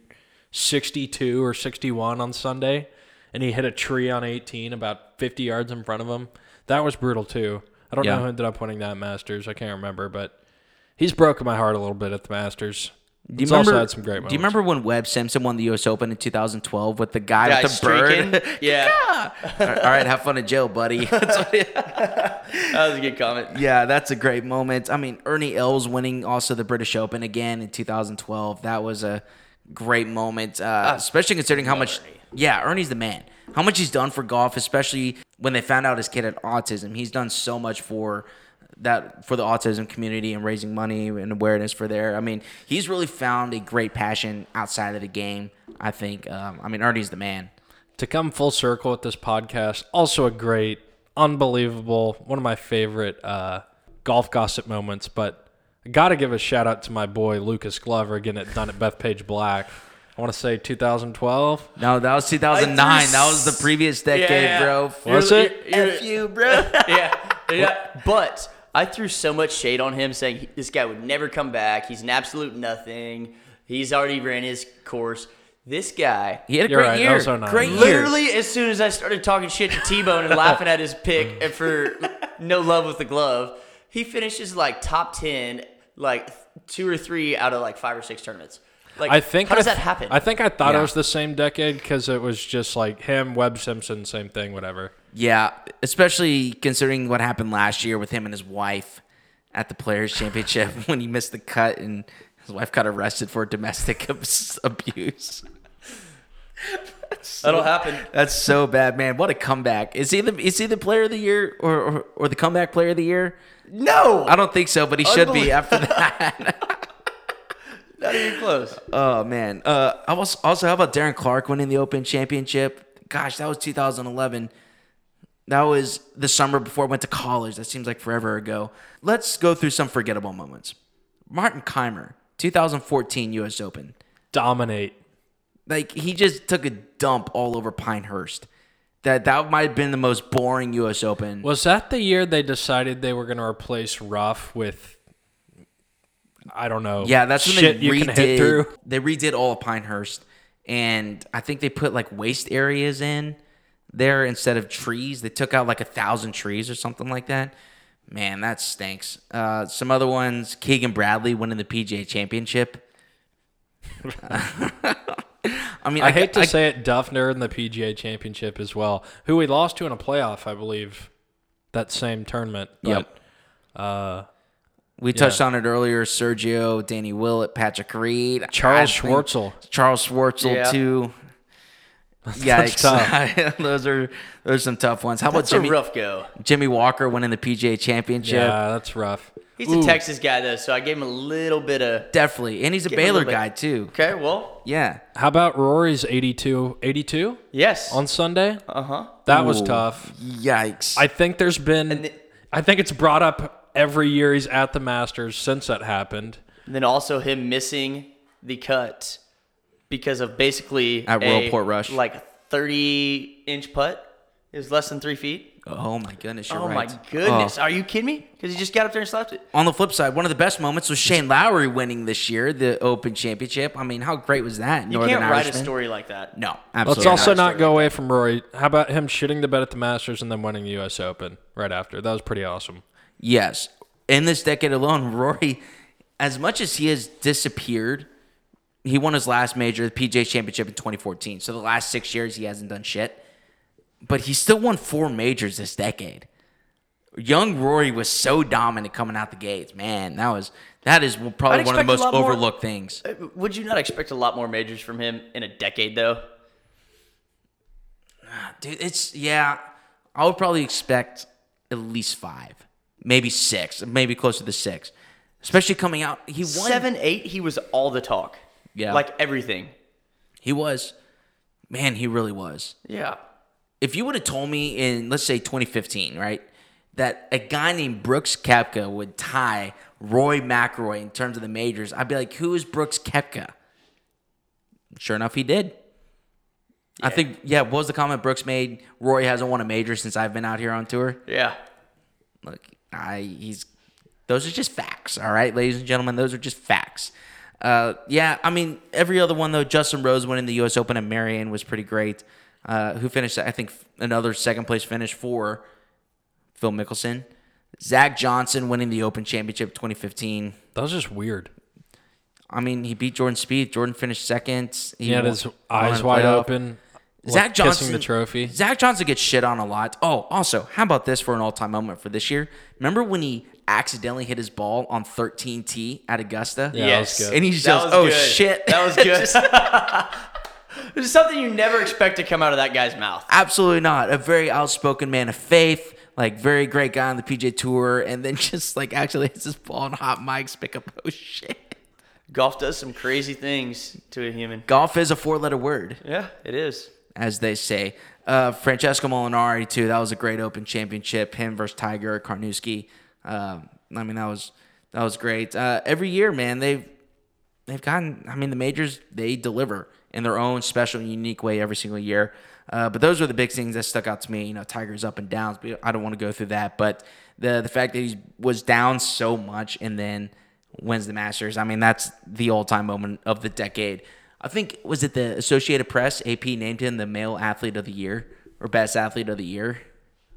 Speaker 3: 62 or 61 on Sunday, and he hit a tree on 18 about 50 yards in front of him. That was brutal too. I don't
Speaker 1: Yeah.
Speaker 3: know who ended up winning that Masters. I can't remember, but he's broken my heart a little bit at the Masters.
Speaker 1: do you
Speaker 3: He's
Speaker 1: remember?
Speaker 3: also had some great moments.
Speaker 1: Do you remember when Webb Simpson won the U.S. Open in 2012 with the guy
Speaker 2: Guy
Speaker 1: with the bird?
Speaker 2: streaking. Yeah,
Speaker 1: All right, have fun in jail, buddy.
Speaker 2: that was a good comment.
Speaker 1: yeah, that's a great moment. I mean, Ernie Els winning also the British Open again in 2012. That was a great moment, uh, especially considering how much. Yeah, Ernie's the man. How much he's done for golf, especially when they found out his kid had autism. He's done so much for that for the autism community and raising money and awareness for there. I mean, he's really found a great passion outside of the game. I think. Um, I mean, Ernie's the man.
Speaker 3: to come full circle with this podcast, also a great, unbelievable, one of my favorite uh, golf gossip moments. But I got to give a shout out to my boy Lucas Glover again at done at Bethpage Black. I want to say 2012.
Speaker 1: No, that was 2009. That was the previous decade,
Speaker 2: Yeah.
Speaker 1: bro.
Speaker 3: Was
Speaker 2: You're-
Speaker 3: it?
Speaker 2: you're-
Speaker 1: F you, bro.
Speaker 2: yeah, yeah. But I threw so much shade on him, saying he- this guy would never come back. He's an absolute nothing. He's already ran his course. This guy,
Speaker 1: He had a
Speaker 3: You're
Speaker 1: great
Speaker 3: right, that
Speaker 1: year.
Speaker 3: was 09.
Speaker 1: Great year.
Speaker 2: literally, as soon as I started talking shit to T Bone and laughing at his pick and for no love with the glove, he finishes like top ten. like two or three out of like five or six tournaments. Like,
Speaker 3: I think
Speaker 2: how does
Speaker 3: I th-
Speaker 2: that happen?
Speaker 3: I think I thought
Speaker 1: Yeah.
Speaker 3: it was the same decade because it was just like him, Webb Simpson, same thing, whatever.
Speaker 1: Yeah, especially considering what happened last year with him and his wife at the Players Championship when he missed the cut and his wife got arrested for domestic abs- abuse.
Speaker 2: That'll happen.
Speaker 1: That's so bad, man. What a comeback! Is he the is he the Player of the Year or or, or the comeback Player of the Year?
Speaker 2: No,
Speaker 1: I don't think so, but he should be
Speaker 2: Unbelie-
Speaker 1: after that.
Speaker 2: not even close.
Speaker 1: Oh man. Uh, I was also how about Darren Clark winning the Open Championship? Gosh, that was 2011. That was the summer before I went to college. That seems like forever ago. Let's go through some forgettable moments. Martin Keimer, 2014 U.S. Open.
Speaker 3: Dominate.
Speaker 1: Like he just took a dump all over Pinehurst. That that might have been the most boring U.S. Open.
Speaker 3: Was that the year they decided they were going to replace rough with? I don't know.
Speaker 1: Yeah, that's when
Speaker 3: shit
Speaker 1: they
Speaker 3: you
Speaker 1: redid.
Speaker 3: can hit through.
Speaker 1: They redid all of Pinehurst, and I think they put like waste areas in there instead of trees. They took out like a thousand trees or something like that. Man, that stinks. Uh, some other ones: Keegan Bradley winning the PGA Championship. I mean,
Speaker 3: I hate to say it, Duffner in the PGA Championship as well, who we lost to in a playoff, I believe, that same tournament. But
Speaker 1: Yep. we touched on it earlier. Sergio, Danny Willett, Patrick Reed,
Speaker 3: Charles
Speaker 1: I think-
Speaker 3: Schwartzel.
Speaker 1: Charles Schwartzel
Speaker 2: Yeah.
Speaker 1: too. Yikes!
Speaker 3: tough.
Speaker 1: those are those are some tough ones. How
Speaker 2: That's
Speaker 1: about Jimmy
Speaker 2: a rough go.
Speaker 1: Jimmy Walker winning the PGA Championship?
Speaker 3: Yeah, that's rough.
Speaker 2: He's
Speaker 3: Ooh,
Speaker 2: a Texas guy though, so I gave him a little bit of.
Speaker 1: Definitely, and he's a
Speaker 2: him a
Speaker 1: Baylor
Speaker 2: little bit.
Speaker 1: guy too.
Speaker 2: Okay, well,
Speaker 1: Yeah,
Speaker 3: How about Rory's 82, 82
Speaker 2: yes.
Speaker 3: on Sunday?
Speaker 2: Uh huh.
Speaker 3: That was
Speaker 1: Uh-huh. Ooh.
Speaker 3: tough.
Speaker 1: yikes!
Speaker 3: I think there's been,
Speaker 2: the-
Speaker 3: I think it's brought up every year he's at the Masters since that happened.
Speaker 2: Then also him missing the cut because of basically
Speaker 1: At Royal
Speaker 2: a,
Speaker 1: Port Rush.
Speaker 2: like thirty inch putt. It was less than three feet.
Speaker 1: oh my goodness, you're
Speaker 2: Oh
Speaker 1: right.
Speaker 2: my goodness! Are you kidding me? Because he just got up there and slapped it.
Speaker 1: Oh. On the flip side, one of the best moments was Shane Lowry winning this year the Open Championship. I mean, how great was that?
Speaker 2: You
Speaker 1: Northern
Speaker 2: can't write a
Speaker 1: Irishman?
Speaker 2: story like that.
Speaker 1: No,
Speaker 3: Let's
Speaker 1: absolutely.
Speaker 3: also
Speaker 1: not.
Speaker 3: not go away from Rory. How about him shitting the bed at the Masters and then winning the U.S. Open right after? That was pretty awesome.
Speaker 1: Yes. In this decade alone, Rory, as much as he has disappeared, he won his last major, the PJ Championship in 2014. So the last six years, he hasn't done shit. But he still won four majors this decade. Young Rory was so dominant coming out the gates. Man, that was that is probably
Speaker 2: I'd
Speaker 1: one of the most
Speaker 2: expect a lot more-
Speaker 1: overlooked things.
Speaker 2: Uh, Would you not expect a lot more majors from him in a decade though?
Speaker 1: Dude, it's yeah. I would probably expect at least five, maybe six, maybe closer to six. Especially coming out, he won
Speaker 2: Seven, eight, he was all the talk.
Speaker 1: Yeah.
Speaker 2: Like everything.
Speaker 1: He was. Man, he really was.
Speaker 2: Yeah.
Speaker 1: If you would have told me in, let's say, 2015, right, that a guy named Brooks Kepka would tie Roy McIlroy in terms of the majors, I'd be like, who is Brooks Kepka? Sure enough, he did. I think, yeah, what was the comment Brooks made? Roy hasn't won a major since I've been out here on tour.
Speaker 2: Yeah.
Speaker 1: Look, I he's those are just facts, all right, ladies and gentlemen. Those are just facts. Uh, yeah, I mean every other one though. Justin Rose winning the U.S. Open at Marion was pretty great. Uh, who finished? I think another second place finish for Phil Mickelson. Zach Johnson winning the Open Championship 2015.
Speaker 3: That was just weird.
Speaker 1: I mean, he beat Jordan Speed. Jordan finished second.
Speaker 3: He had
Speaker 1: won-
Speaker 3: his
Speaker 1: won in
Speaker 3: eyes
Speaker 1: the
Speaker 3: wide
Speaker 1: playoff.
Speaker 3: open. like,
Speaker 1: Zach Johnson
Speaker 3: kissing the trophy.
Speaker 1: Zach Johnson gets shit on a lot. Oh, also, how about this for an all-time moment for this year? Remember when he accidentally hit his ball on 13T at Augusta?
Speaker 3: Yeah, that was
Speaker 2: Yes.
Speaker 3: good.
Speaker 1: And he's just,
Speaker 2: was
Speaker 1: oh
Speaker 2: good.
Speaker 1: shit,
Speaker 2: That was good. it was something you never expect to come out of that guy's mouth.
Speaker 1: absolutely not. A very outspoken man of faith, like very great guy on the PJ Tour, and then just like actually hits his ball on hot mics, pick up oh shit.
Speaker 2: Golf does some crazy things to a human.
Speaker 1: Golf is a four-letter word.
Speaker 2: Yeah, it is.
Speaker 1: as they say. Uh, Francesco Molinari too. That was a great Open Championship. Him versus Tiger Karnowski. Uh, I mean, that was that was great. Uh, every year, man, they've they've gotten. I mean, the majors they deliver in their own special, and unique way every single year. Uh, but those were the big things that stuck out to me. You know, Tiger's up and downs. But I don't want to go through that. But the the fact that he was down so much and then wins the Masters. I mean, that's the all time moment of the decade. I think was it the Associated Press AP named him the male athlete of the year or best athlete of the year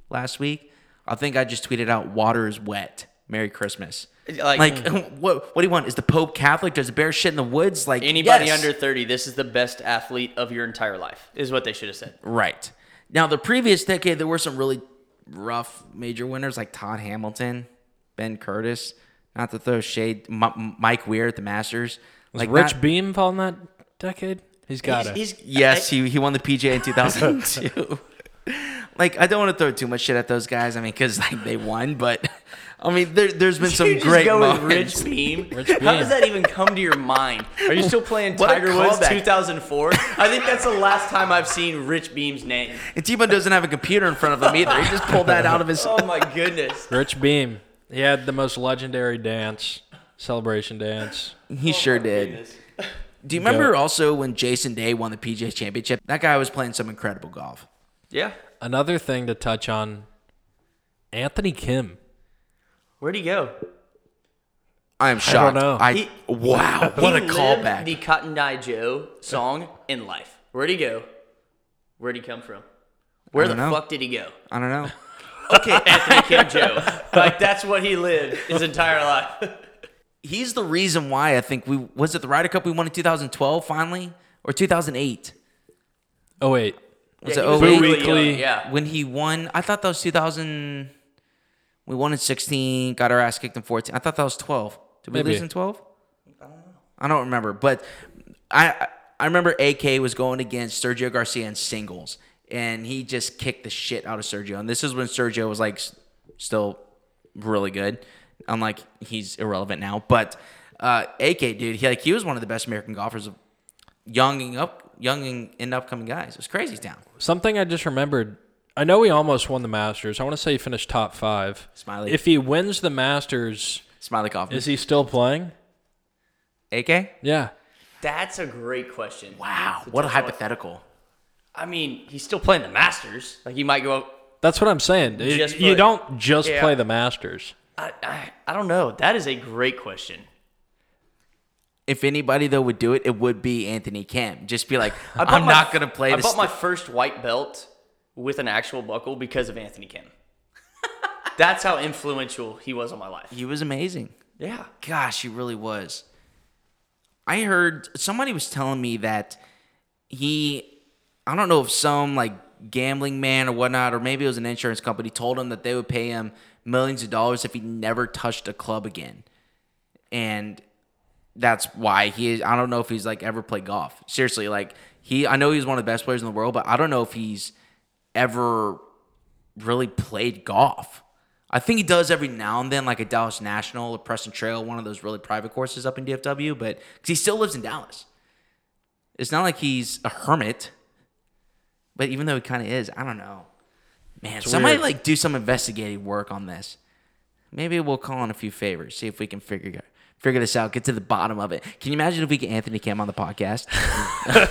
Speaker 1: last week. I think I just tweeted out water is wet. Merry Christmas.
Speaker 2: Like- mm.
Speaker 1: Like, what, what do you want? Is the Pope Catholic? Does a bear shit in the woods? Like
Speaker 2: Anybody
Speaker 1: yes.
Speaker 2: under 30, this is the best athlete of your entire life, is what they should have said.
Speaker 1: Right. Now, the previous decade, there were some really rough major winners like Todd Hamilton, Ben Curtis, not to throw shade, M- Mike Weir at the Masters.
Speaker 3: Was
Speaker 1: Like
Speaker 3: Rich
Speaker 1: not-
Speaker 3: Beam fall in that decade? He's got it.
Speaker 2: He's,
Speaker 1: yes, he, he won the PGA in 2002. like, I don't want to throw too much shit at those guys. I mean, because like, they won, but I mean, there, there's been some
Speaker 2: you just
Speaker 1: great
Speaker 2: go with
Speaker 1: moments.
Speaker 2: Rich Beam.
Speaker 3: Beam.
Speaker 2: How does that even come to your mind? Are you still playing
Speaker 1: What a
Speaker 2: Tiger Woods
Speaker 1: callback.
Speaker 2: 2004? I think that's the last time I've seen Rich Beam's name.
Speaker 1: And Tebow doesn't have a computer in front of him either. He just pulled that out of his.
Speaker 2: Oh my goodness.
Speaker 3: Rich Beam. He had the most legendary dance, celebration dance.
Speaker 1: He sure did.
Speaker 2: Oh Goodness.
Speaker 1: Do you remember also when Jason Day won the PGA Championship? That guy was playing some incredible golf.
Speaker 2: Yeah.
Speaker 3: Another thing to touch on Anthony Kim.
Speaker 2: Where'd he go?
Speaker 1: I am shocked.
Speaker 3: know.
Speaker 1: I,
Speaker 2: He-
Speaker 1: wow, what
Speaker 2: He
Speaker 1: a
Speaker 2: lived
Speaker 1: callback!
Speaker 2: The Cotton Eye Joe song in life. Where'd he go? Where'd he come from? Where the
Speaker 1: don't know.
Speaker 2: fuck did he go?
Speaker 1: I don't know.
Speaker 2: Okay, Anthony Kim Joe. Like that's what he lived his entire life.
Speaker 1: He's the reason why I think we was it the Ryder Cup we won in 2012 finally or 2008
Speaker 3: Oh wait,
Speaker 1: was
Speaker 2: Yeah,
Speaker 1: it
Speaker 2: he was
Speaker 1: 08?
Speaker 2: really
Speaker 3: Weekly.
Speaker 2: young, Yeah.
Speaker 1: when he won. I thought that was 2000. We won in 16, got our ass kicked in 14. I thought that was 12. Did we
Speaker 3: Maybe.
Speaker 1: lose in 12? I don't know. I don't remember, but I I remember AK was going against Sergio Garcia in singles, and he just kicked the shit out of Sergio. And this is when Sergio was like s- still really good. I'm like he's irrelevant now, but uh, AK dude, he like he was one of the best American golfers of young and up young and- and upcoming guys. It was crazy town.
Speaker 3: something I just remembered. I know he almost won the Masters. I want to say he finished top five.
Speaker 1: Smiley.
Speaker 3: If he wins the Masters,
Speaker 1: Smiley Kaufman.
Speaker 3: is he still playing?
Speaker 1: AK?
Speaker 3: Yeah.
Speaker 2: That's a great question.
Speaker 1: Wow, what a hypothetical.
Speaker 2: I mean, he's still playing the Masters. Like he might go.
Speaker 3: That's what I'm saying. It-
Speaker 2: Just play.
Speaker 3: you don't just
Speaker 2: Yeah.
Speaker 3: play the Masters.
Speaker 2: I, I I don't know. That is a great question.
Speaker 1: If anybody though would do it, it would be Anthony Kim. Just be like,
Speaker 2: I bought
Speaker 1: I'm
Speaker 2: my-
Speaker 1: not gonna play
Speaker 2: I
Speaker 1: this.
Speaker 2: bought my first white belt with an actual buckle because of Anthony Kim. That's how influential he was on my life.
Speaker 1: he was amazing.
Speaker 2: Yeah.
Speaker 1: Gosh, he really was. I heard somebody was telling me that he, I don't know if some like gambling man or whatnot, or maybe it was an insurance company, told him that they would pay him millions of dollars if he never touched a club again. And that's why he, I don't know if he's like ever played golf. Seriously, like he, I know he's one of the best players in the world, but I don't know if he's ever really played golf. I think he does every now and then, like a Dallas National or Preston Trail, one of those really private courses up in DFW, but because he still lives in Dallas. It's not like he's a hermit, but even though he kind of is, I don't know. Man, somebody
Speaker 3: weird.
Speaker 1: like do some investigative work on this. Maybe we'll call in a few favors, see if we can figure figure this out, get to the bottom of it. Can you imagine if we get Anthony Kim on the podcast?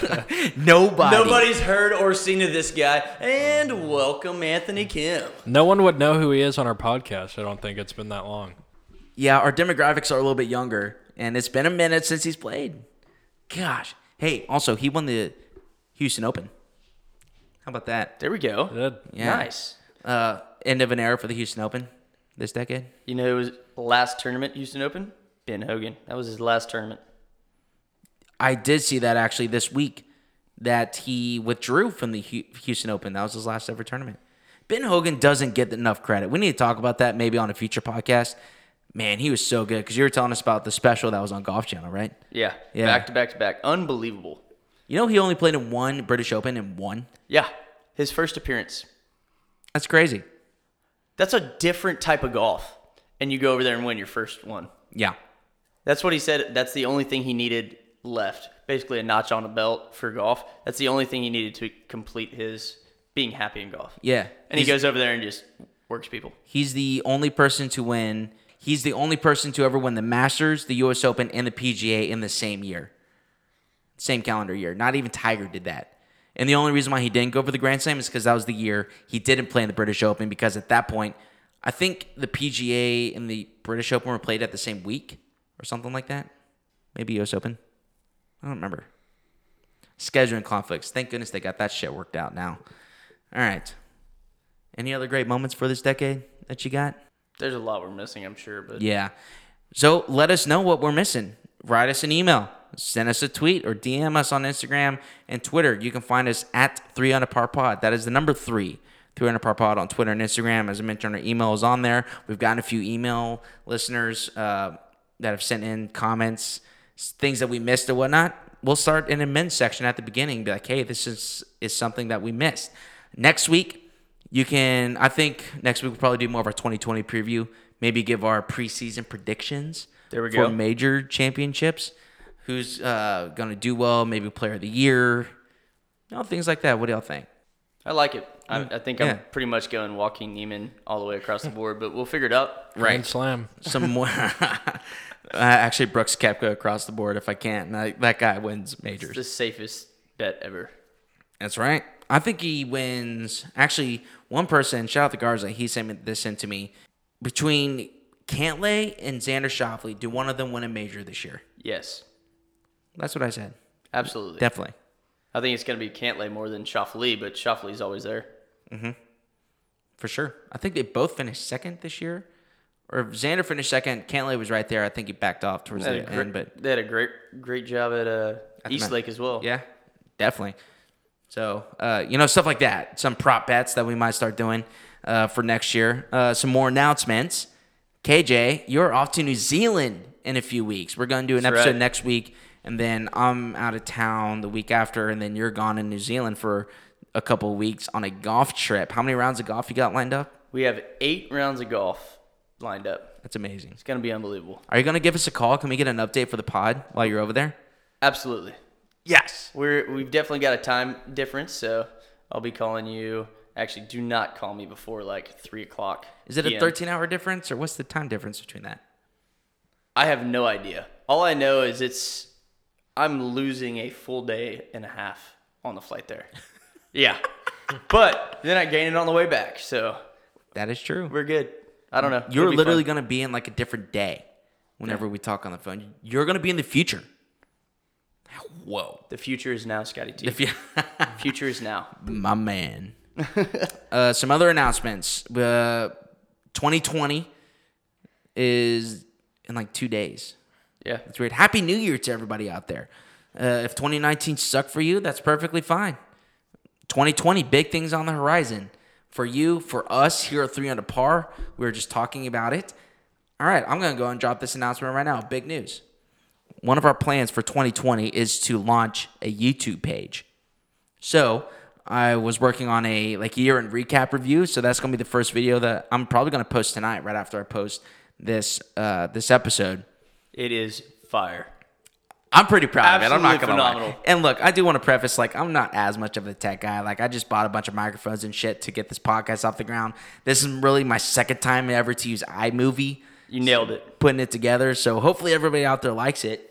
Speaker 1: Nobody.
Speaker 2: Nobody's heard or seen of this guy. And welcome Anthony Kim.
Speaker 3: No one would know who he is on our podcast. I don't think it's been that long.
Speaker 1: Yeah, our demographics are a little bit younger, and it's been a minute since he's played. Gosh. Hey, also he won the Houston Open. How about that?
Speaker 2: There we go.
Speaker 3: Did-
Speaker 1: Yeah.
Speaker 2: Nice.
Speaker 1: Uh, end of an era for the Houston Open this decade.
Speaker 2: You know his last tournament, Houston Open? Ben Hogan. That was his last tournament.
Speaker 1: I did see that actually this week that he withdrew from the Hu- Houston Open. That was his last ever tournament. Ben Hogan doesn't get enough credit. We need to talk about that maybe on a future podcast. Man, he was so good because you were telling us about the special that was on Golf Channel, right?
Speaker 2: Yeah.
Speaker 1: Yeah.
Speaker 2: Back to back to back. Unbelievable.
Speaker 1: You know he only played in one British Open and one.
Speaker 2: Yeah. His first appearance.
Speaker 1: That's crazy.
Speaker 2: That's a different type of golf. And you go over there and win your first one.
Speaker 1: Yeah.
Speaker 2: That's what he said. That's the only thing he needed left. Basically, a notch on a belt for golf. That's the only thing he needed to complete his being happy in golf.
Speaker 1: Yeah.
Speaker 2: And he
Speaker 1: he's,
Speaker 2: goes over there and just works people.
Speaker 1: he's the only person to win. He's the only person to ever win the Masters, the US Open, and the PGA in the same year. Same calendar year. Not even Tiger did that. And the only reason why he didn't go for the Grand Slam is because that was the year he didn't play in the British Open because at that point, I think the PGA and the British Open were played at the same week or something like that. Maybe US Open. I don't remember. Scheduling conflicts. Thank goodness they got that shit worked out now. All right. Any other great moments for this decade that you got?
Speaker 2: There's a lot we're missing, I'm sure, but
Speaker 1: Yeah. So let us know what we're missing. Write us an email, send us a tweet, or DM us on Instagram and Twitter. You can find us at Three Under Par Pod. That is the number three. 300 Par Pod on Twitter and Instagram. As I mentioned, our email is on there. We've gotten a few email listeners uh, that have sent in comments, s- things that we missed or whatnot. We'll start in a men's section at the beginning, be like, hey, this is, is something that we missed. Next week, you can, I think next week we'll probably do more of our 2020 preview. Maybe give our preseason predictions
Speaker 2: There we
Speaker 1: for
Speaker 2: go.
Speaker 1: major championships. Who's uh, going to do well? Maybe player of the year. You know, things like that. What do y'all think?
Speaker 2: I like it. I, I think
Speaker 1: Yeah.
Speaker 2: I'm pretty much going Joaquin Neiman all the way across the board, but we'll figure it out.
Speaker 3: Grand slam.
Speaker 1: Some more. uh, actually, Brooks Koepka across the board if I can. That, that guy wins majors.
Speaker 2: It's the safest bet ever.
Speaker 1: That's right. I think he wins. Actually, one person, shout out to Garza, he sent this in to me. Between Cantlay and Xander Shoffley, do one of them win a major this year?
Speaker 2: Yes,
Speaker 1: That's what I said.
Speaker 2: absolutely.
Speaker 1: Definitely.
Speaker 2: I think it's going to be Cantlay more than Shoffley, but Shoffley's always there.
Speaker 1: For sure. I think they both finished second this year. Or if Xander finished second. Cantlay was right there. I think he backed off towards
Speaker 2: They
Speaker 1: the
Speaker 2: had, a
Speaker 1: end,
Speaker 2: great,
Speaker 1: but
Speaker 2: they had a great great job at, uh, Eastlake as well.
Speaker 1: yeah, definitely. So, uh, you know, stuff like that. Some prop bets that we might start doing uh, for next year. Uh, some more announcements. KJ, you're off to New Zealand in a few weeks. We're going to do an
Speaker 2: That's
Speaker 1: episode
Speaker 2: right.
Speaker 1: next week, and then I'm out of town the week after, and then you're gone in New Zealand for a couple of weeks on a golf trip. How many rounds of golf you got lined up?
Speaker 2: We have eight rounds of golf lined up.
Speaker 1: That's amazing.
Speaker 2: It's going to be unbelievable.
Speaker 1: Are you gonna give us a call? Can we get an update for the pod while you're over there?
Speaker 2: Absolutely.
Speaker 1: Yes.
Speaker 2: We're we've definitely got a time difference, so I'll be calling you. Actually, do not call me before like three o'clock.
Speaker 1: Is it a
Speaker 2: PM.
Speaker 1: 13 hour difference or what's the time difference between that?
Speaker 2: I have no idea. All I know is it's I'm losing a full day and a half on the flight there. yeah, but then I gain it on the way back, so
Speaker 1: That is true.
Speaker 2: we're good. I don't know. It'll
Speaker 1: You're
Speaker 2: be
Speaker 1: literally
Speaker 2: fun.
Speaker 1: gonna be in like a different day whenever we talk on the phone. You're gonna be in the future. Whoa.
Speaker 2: the future is now, Scotty T.
Speaker 1: If you,
Speaker 2: future is now.
Speaker 1: my man. uh, some other announcements. Uh, 2020 is in like two days.
Speaker 2: Yeah,
Speaker 1: It's weird. Happy New Year to everybody out there. Uh, if 2019 sucked for you, that's perfectly fine. 2020, big things on the horizon for you, for us here at 3 under par. We were just talking about it. All right, I'm going to go and drop this announcement right now. Big news. One of our plans for 2020 is to launch a YouTube page. So I was working on a like year in recap review. So that's gonna be the first video that I'm probably gonna post tonight, right after I post this uh, this episode.
Speaker 2: it is fire.
Speaker 1: I'm pretty proud of it. I'm not gonna
Speaker 2: Absolutely
Speaker 1: lie.
Speaker 2: phenomenal.
Speaker 1: And look, I do want to preface like I'm not as much of a tech guy. Like I just bought a bunch of microphones and shit to get this podcast off the ground. This is really my second time ever to use iMovie,
Speaker 2: You nailed it.
Speaker 1: putting it together. So hopefully everybody out there likes it.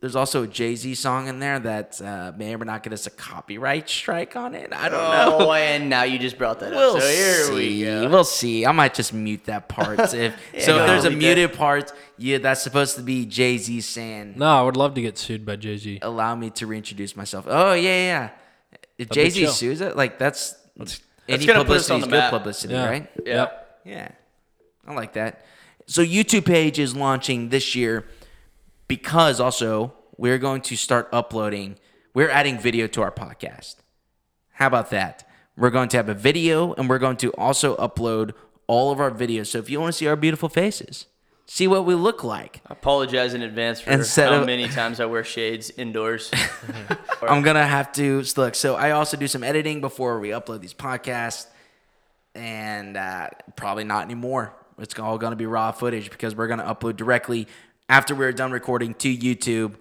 Speaker 1: There's also a Jay Z song in there that uh, may or may not get us a copyright strike on it. I don't know.
Speaker 2: Oh, and now you just brought that
Speaker 1: We'll
Speaker 2: up. Oh, So here
Speaker 1: see.
Speaker 2: we go.
Speaker 1: We'll see. I might just mute that part. If so,
Speaker 2: go
Speaker 1: if there's a
Speaker 2: delete that.
Speaker 1: muted part, yeah, that's supposed to be Jay Z saying
Speaker 3: No, I would love to get sued by Jay Z.
Speaker 1: allow me to reintroduce myself. Oh yeah, yeah. If
Speaker 3: be
Speaker 1: Jay Z
Speaker 3: chill.
Speaker 1: sues it, like that's, any
Speaker 2: gonna put us
Speaker 1: publicity
Speaker 2: on
Speaker 1: is
Speaker 2: the
Speaker 1: good
Speaker 2: map.
Speaker 1: publicity,
Speaker 3: Yeah.
Speaker 1: right?
Speaker 2: Yeah.
Speaker 1: Yeah, I like that. So YouTube page is launching this year because also we're going to start uploading. We're adding video to our podcast. How about that? We're going to have a video and we're going to also upload all of our videos. So if you want to see our beautiful faces, see what we look like,
Speaker 2: I apologize in advance for
Speaker 1: Instead
Speaker 2: how
Speaker 1: of-
Speaker 2: many times I wear shades indoors.
Speaker 1: I'm gonna have to look. So I also do some editing before we upload these podcasts, and uh, probably not anymore. It's all gonna be raw footage because we're gonna upload directly after we're done recording to YouTube.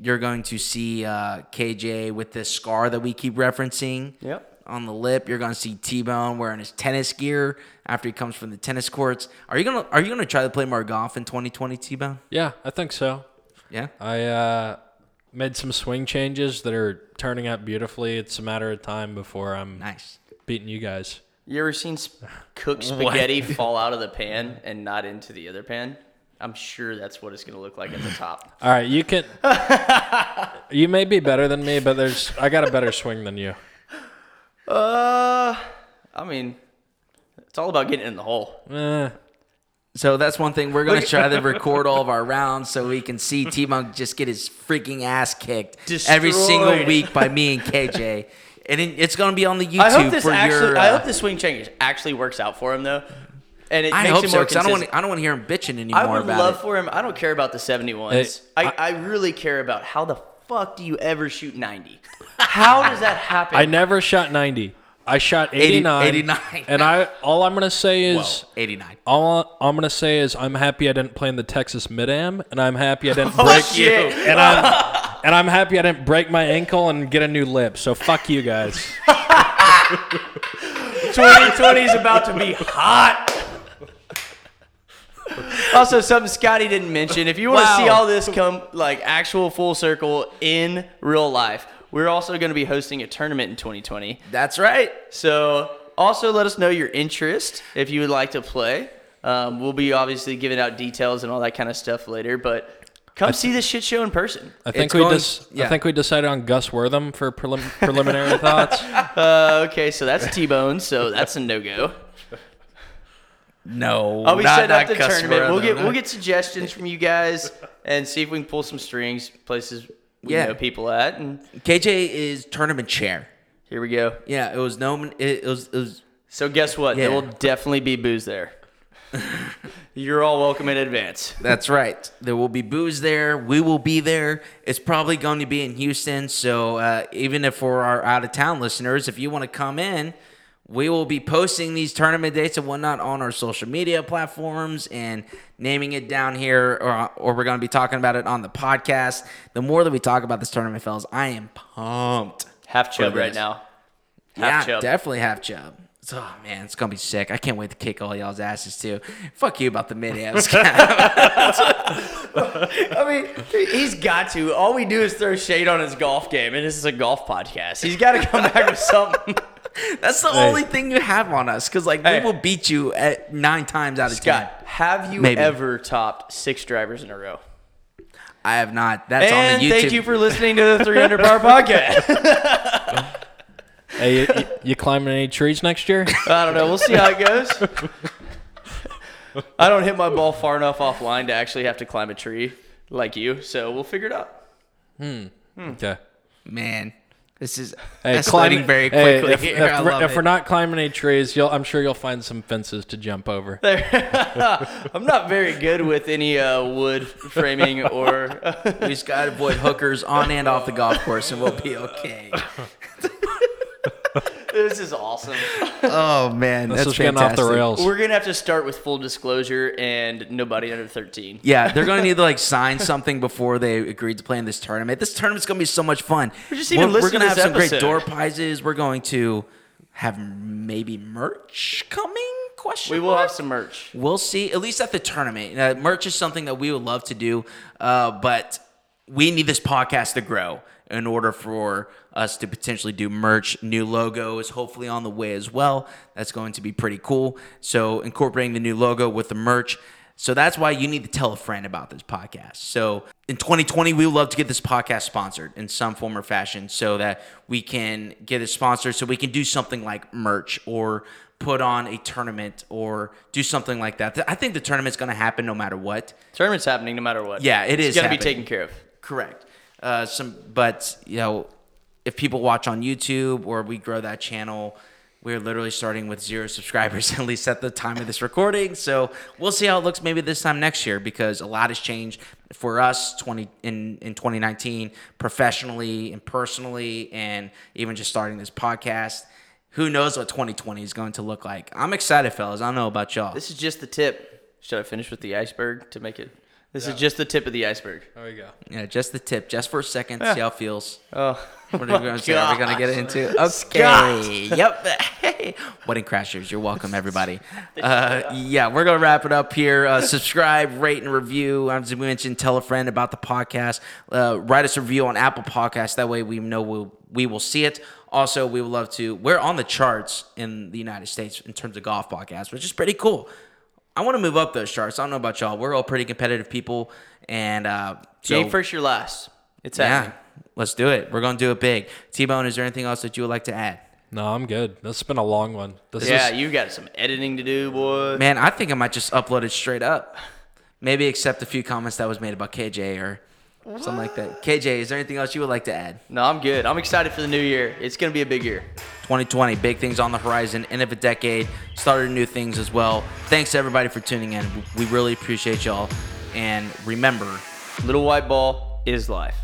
Speaker 1: You're going to see uh, KJ with this scar that we keep referencing
Speaker 2: Yep.
Speaker 1: on the lip. You're gonna see T Bone wearing his tennis gear after he comes from the tennis courts. Are you gonna Are you gonna try to play more golf in 2020, T Bone?
Speaker 3: Yeah, I think so.
Speaker 1: Yeah.
Speaker 3: I uh, made some swing changes that are turning out beautifully. It's a matter of time before I'm
Speaker 1: Nice.
Speaker 3: beating you guys.
Speaker 2: You ever seen sp- cooked spaghetti fall out of the pan and not into the other pan? I'm sure that's what it's going to look like at the top.
Speaker 3: All right, you can. you may be better than me, but there's I got a better swing than you.
Speaker 2: Uh, I mean, It's all about getting in the hole.
Speaker 3: Eh,
Speaker 1: So that's one thing. We're going to try to record all of our rounds so we can see T Monk just get his freaking ass kicked every single
Speaker 2: Destroyed.
Speaker 1: week by me and KJ. And it- it's going to be on the YouTube
Speaker 2: I hope this
Speaker 1: for
Speaker 2: actually.
Speaker 1: your.
Speaker 2: I
Speaker 1: uh,
Speaker 2: hope this swing change actually works out for him though, and it
Speaker 1: I
Speaker 2: makes
Speaker 1: hope
Speaker 2: him
Speaker 1: so
Speaker 2: more
Speaker 1: 'cause I don't
Speaker 2: consistent.
Speaker 1: want. I don't want to hear him bitching anymore
Speaker 2: I would
Speaker 1: about
Speaker 2: love
Speaker 1: it.
Speaker 2: for him. I don't care about the 71s.
Speaker 3: Hey,
Speaker 2: I, I, really care about how the fuck do you ever shoot 90? How does that happen?
Speaker 3: I never shot 90. I shot 89.
Speaker 1: 89.
Speaker 3: And I all I'm gonna say is.
Speaker 1: Well, 89.
Speaker 3: All I'm gonna say is I'm happy I didn't play in the Texas Mid Am, and I'm happy I didn't break
Speaker 2: shit.
Speaker 3: and I'm and I'm happy I didn't break my ankle and get a new lip. So fuck you guys.
Speaker 2: 2020 is about to be hot. also, something Scotty didn't mention. If you want
Speaker 1: Wow.
Speaker 2: to see all this come like actual full circle in real life, we're also going to be hosting a tournament in 2020.
Speaker 1: That's right.
Speaker 2: So also let us know your interest if you would like to play. Um, we'll be obviously giving out details and all that kind of stuff later, but come see this shit show in person.
Speaker 3: I think
Speaker 1: It's
Speaker 3: we
Speaker 1: going-
Speaker 3: just
Speaker 1: yeah.
Speaker 3: I think we decided on Gus Wortham for prelim- preliminary thoughts.
Speaker 2: Uh, okay, so that's T Bone, so that's a no go.
Speaker 1: No.
Speaker 2: I'll be
Speaker 1: not-
Speaker 2: setting up
Speaker 1: not
Speaker 2: the
Speaker 1: cuss
Speaker 2: tournament. We'll
Speaker 1: word,
Speaker 2: get
Speaker 1: no.
Speaker 2: we'll get suggestions from you guys and see if we can pull some strings, places we
Speaker 1: Yeah.
Speaker 2: know people at, and
Speaker 1: KJ is tournament chair.
Speaker 2: here we go.
Speaker 1: Yeah, it was no. It was. It was
Speaker 2: So guess what? There
Speaker 1: Yeah.
Speaker 2: will definitely be booze there. You're all welcome in advance.
Speaker 1: That's right. There will be booze there. We will be there. It's probably going to be in Houston. So uh, even if for our out of town listeners, if you want to come in, we will be posting these tournament dates and whatnot on our social media platforms and naming it down here, or, or we're going to be talking about it on the podcast. The more that we talk about this tournament, fellas, I am pumped.
Speaker 2: Half chub
Speaker 1: For
Speaker 2: right
Speaker 1: this.
Speaker 2: now.
Speaker 1: yeah,
Speaker 2: Half chub.
Speaker 1: definitely half chub. It's- Oh man, it's gonna be sick. I can't wait to kick all y'all's asses too. Fuck you about the mid abs.
Speaker 2: I mean, he's got to. All we do is throw shade on his golf game, and this is a golf podcast. He's got to come back with something.
Speaker 1: That's the only thing you have on us, because like
Speaker 2: Hey.
Speaker 1: we will beat you at nine times out of
Speaker 2: Scott, have you
Speaker 1: Maybe.
Speaker 2: ever topped six drivers in a row?
Speaker 1: ten. I have not. That's
Speaker 2: and
Speaker 1: on the YouTube.
Speaker 2: thank you for listening to the 300 Bar Podcast.
Speaker 3: hey, you, you, you climbing any trees next year?
Speaker 2: I don't know. We'll see how it goes. I don't hit my ball far enough offline to actually have to climb a tree like you, so we'll figure it out.
Speaker 3: Okay.
Speaker 1: man. This is
Speaker 3: Hey,
Speaker 1: escalating
Speaker 3: climbing-
Speaker 1: very
Speaker 3: hey,
Speaker 1: quickly.
Speaker 3: if,
Speaker 1: here.
Speaker 3: if
Speaker 1: I
Speaker 3: we're-
Speaker 1: love
Speaker 3: if we're
Speaker 1: it.
Speaker 3: not climbing any trees, you'll, I'm sure you'll find some fences to jump over.
Speaker 2: I'm not very good with any uh, wood framing or. uh,
Speaker 1: we just gotta avoid hookers on and off the golf course, and we'll be okay.
Speaker 2: this is awesome.
Speaker 1: Oh man,
Speaker 3: This is getting off the rails.
Speaker 2: We're gonna have to start with full disclosure and nobody under thirteen.
Speaker 1: Yeah, they're gonna need to like sign something before they agreed to play in this tournament. This tournament's gonna be so much fun.
Speaker 2: We're just even listening
Speaker 1: gonna
Speaker 2: to
Speaker 1: have
Speaker 2: this
Speaker 1: some great
Speaker 2: episode.
Speaker 1: door prizes. We're going to have maybe merch coming? Question.
Speaker 2: We will
Speaker 1: mark?
Speaker 2: have some merch.
Speaker 1: We'll see. At least at the tournament, uh, merch is something that we would love to do, uh, but we need this podcast to grow in order for us to potentially do merch. New logo is hopefully on the way as well. That's going to be pretty cool. So incorporating the new logo with the merch. So that's why you need to tell a friend about this podcast. So in 2020, we would love to get this podcast sponsored in some form or fashion so that we can get it sponsored so we can do something like merch or put on a tournament or do something like that. I think the tournament's going to happen no matter what.
Speaker 2: Tournament's happening no matter what.
Speaker 1: Yeah, it
Speaker 2: it's
Speaker 1: is
Speaker 2: gonna be
Speaker 1: happening.
Speaker 2: taken care of.
Speaker 1: Correct. Uh, some, but you know, if people watch on YouTube or we grow that channel, we're literally starting with zero subscribers at least at the time of this recording. So we'll see how it looks maybe this time next year because a lot has changed for us twenty in in twenty nineteen professionally and personally and even just starting this podcast. Who knows what 2020 is going to look like? I'm excited, fellas. I don't know about y'all.
Speaker 2: This is just the tip. Should I finish with the iceberg to make it? This is just the tip of the iceberg.
Speaker 3: There we go.
Speaker 1: Yeah, just the tip, just for a second, see how it feels.
Speaker 2: Oh,
Speaker 1: What are we going to say? Are we going to get into? Okay. Yep. Hey. Wedding Crashers, you're welcome, everybody. Uh, yeah, we're going to wrap it up here. Uh, subscribe, rate, and review. Um, As we mentioned, tell a friend about the podcast. Uh, write us a review on Apple Podcasts. That way we know we'll, we will see it. Also, we would love to. We're on the charts in the United States in terms of golf podcasts, which is pretty cool. I want to move up those charts. I don't know about y'all. We're all pretty competitive people. And uh,
Speaker 2: so,
Speaker 1: so-
Speaker 2: first, your last. It's
Speaker 1: yeah,
Speaker 2: happening.
Speaker 1: let's do it. We're gonna do it big. T Bone, is there anything else that you would like to add?
Speaker 3: No, I'm good. This has been a long one. This
Speaker 2: yeah,
Speaker 3: is
Speaker 2: you got some editing to do, boy.
Speaker 1: Man, I think I might just upload it straight up. Maybe accept a few comments that was made about KJ or something like that. KJ, is there anything else you would like to add?
Speaker 2: No, I'm good. I'm excited for the new year. It's gonna be a big year.
Speaker 1: 2020, big things on the horizon, end of a decade, started new things as well. Thanks everybody for tuning in. We really appreciate y'all. And remember,
Speaker 2: Little white ball is life.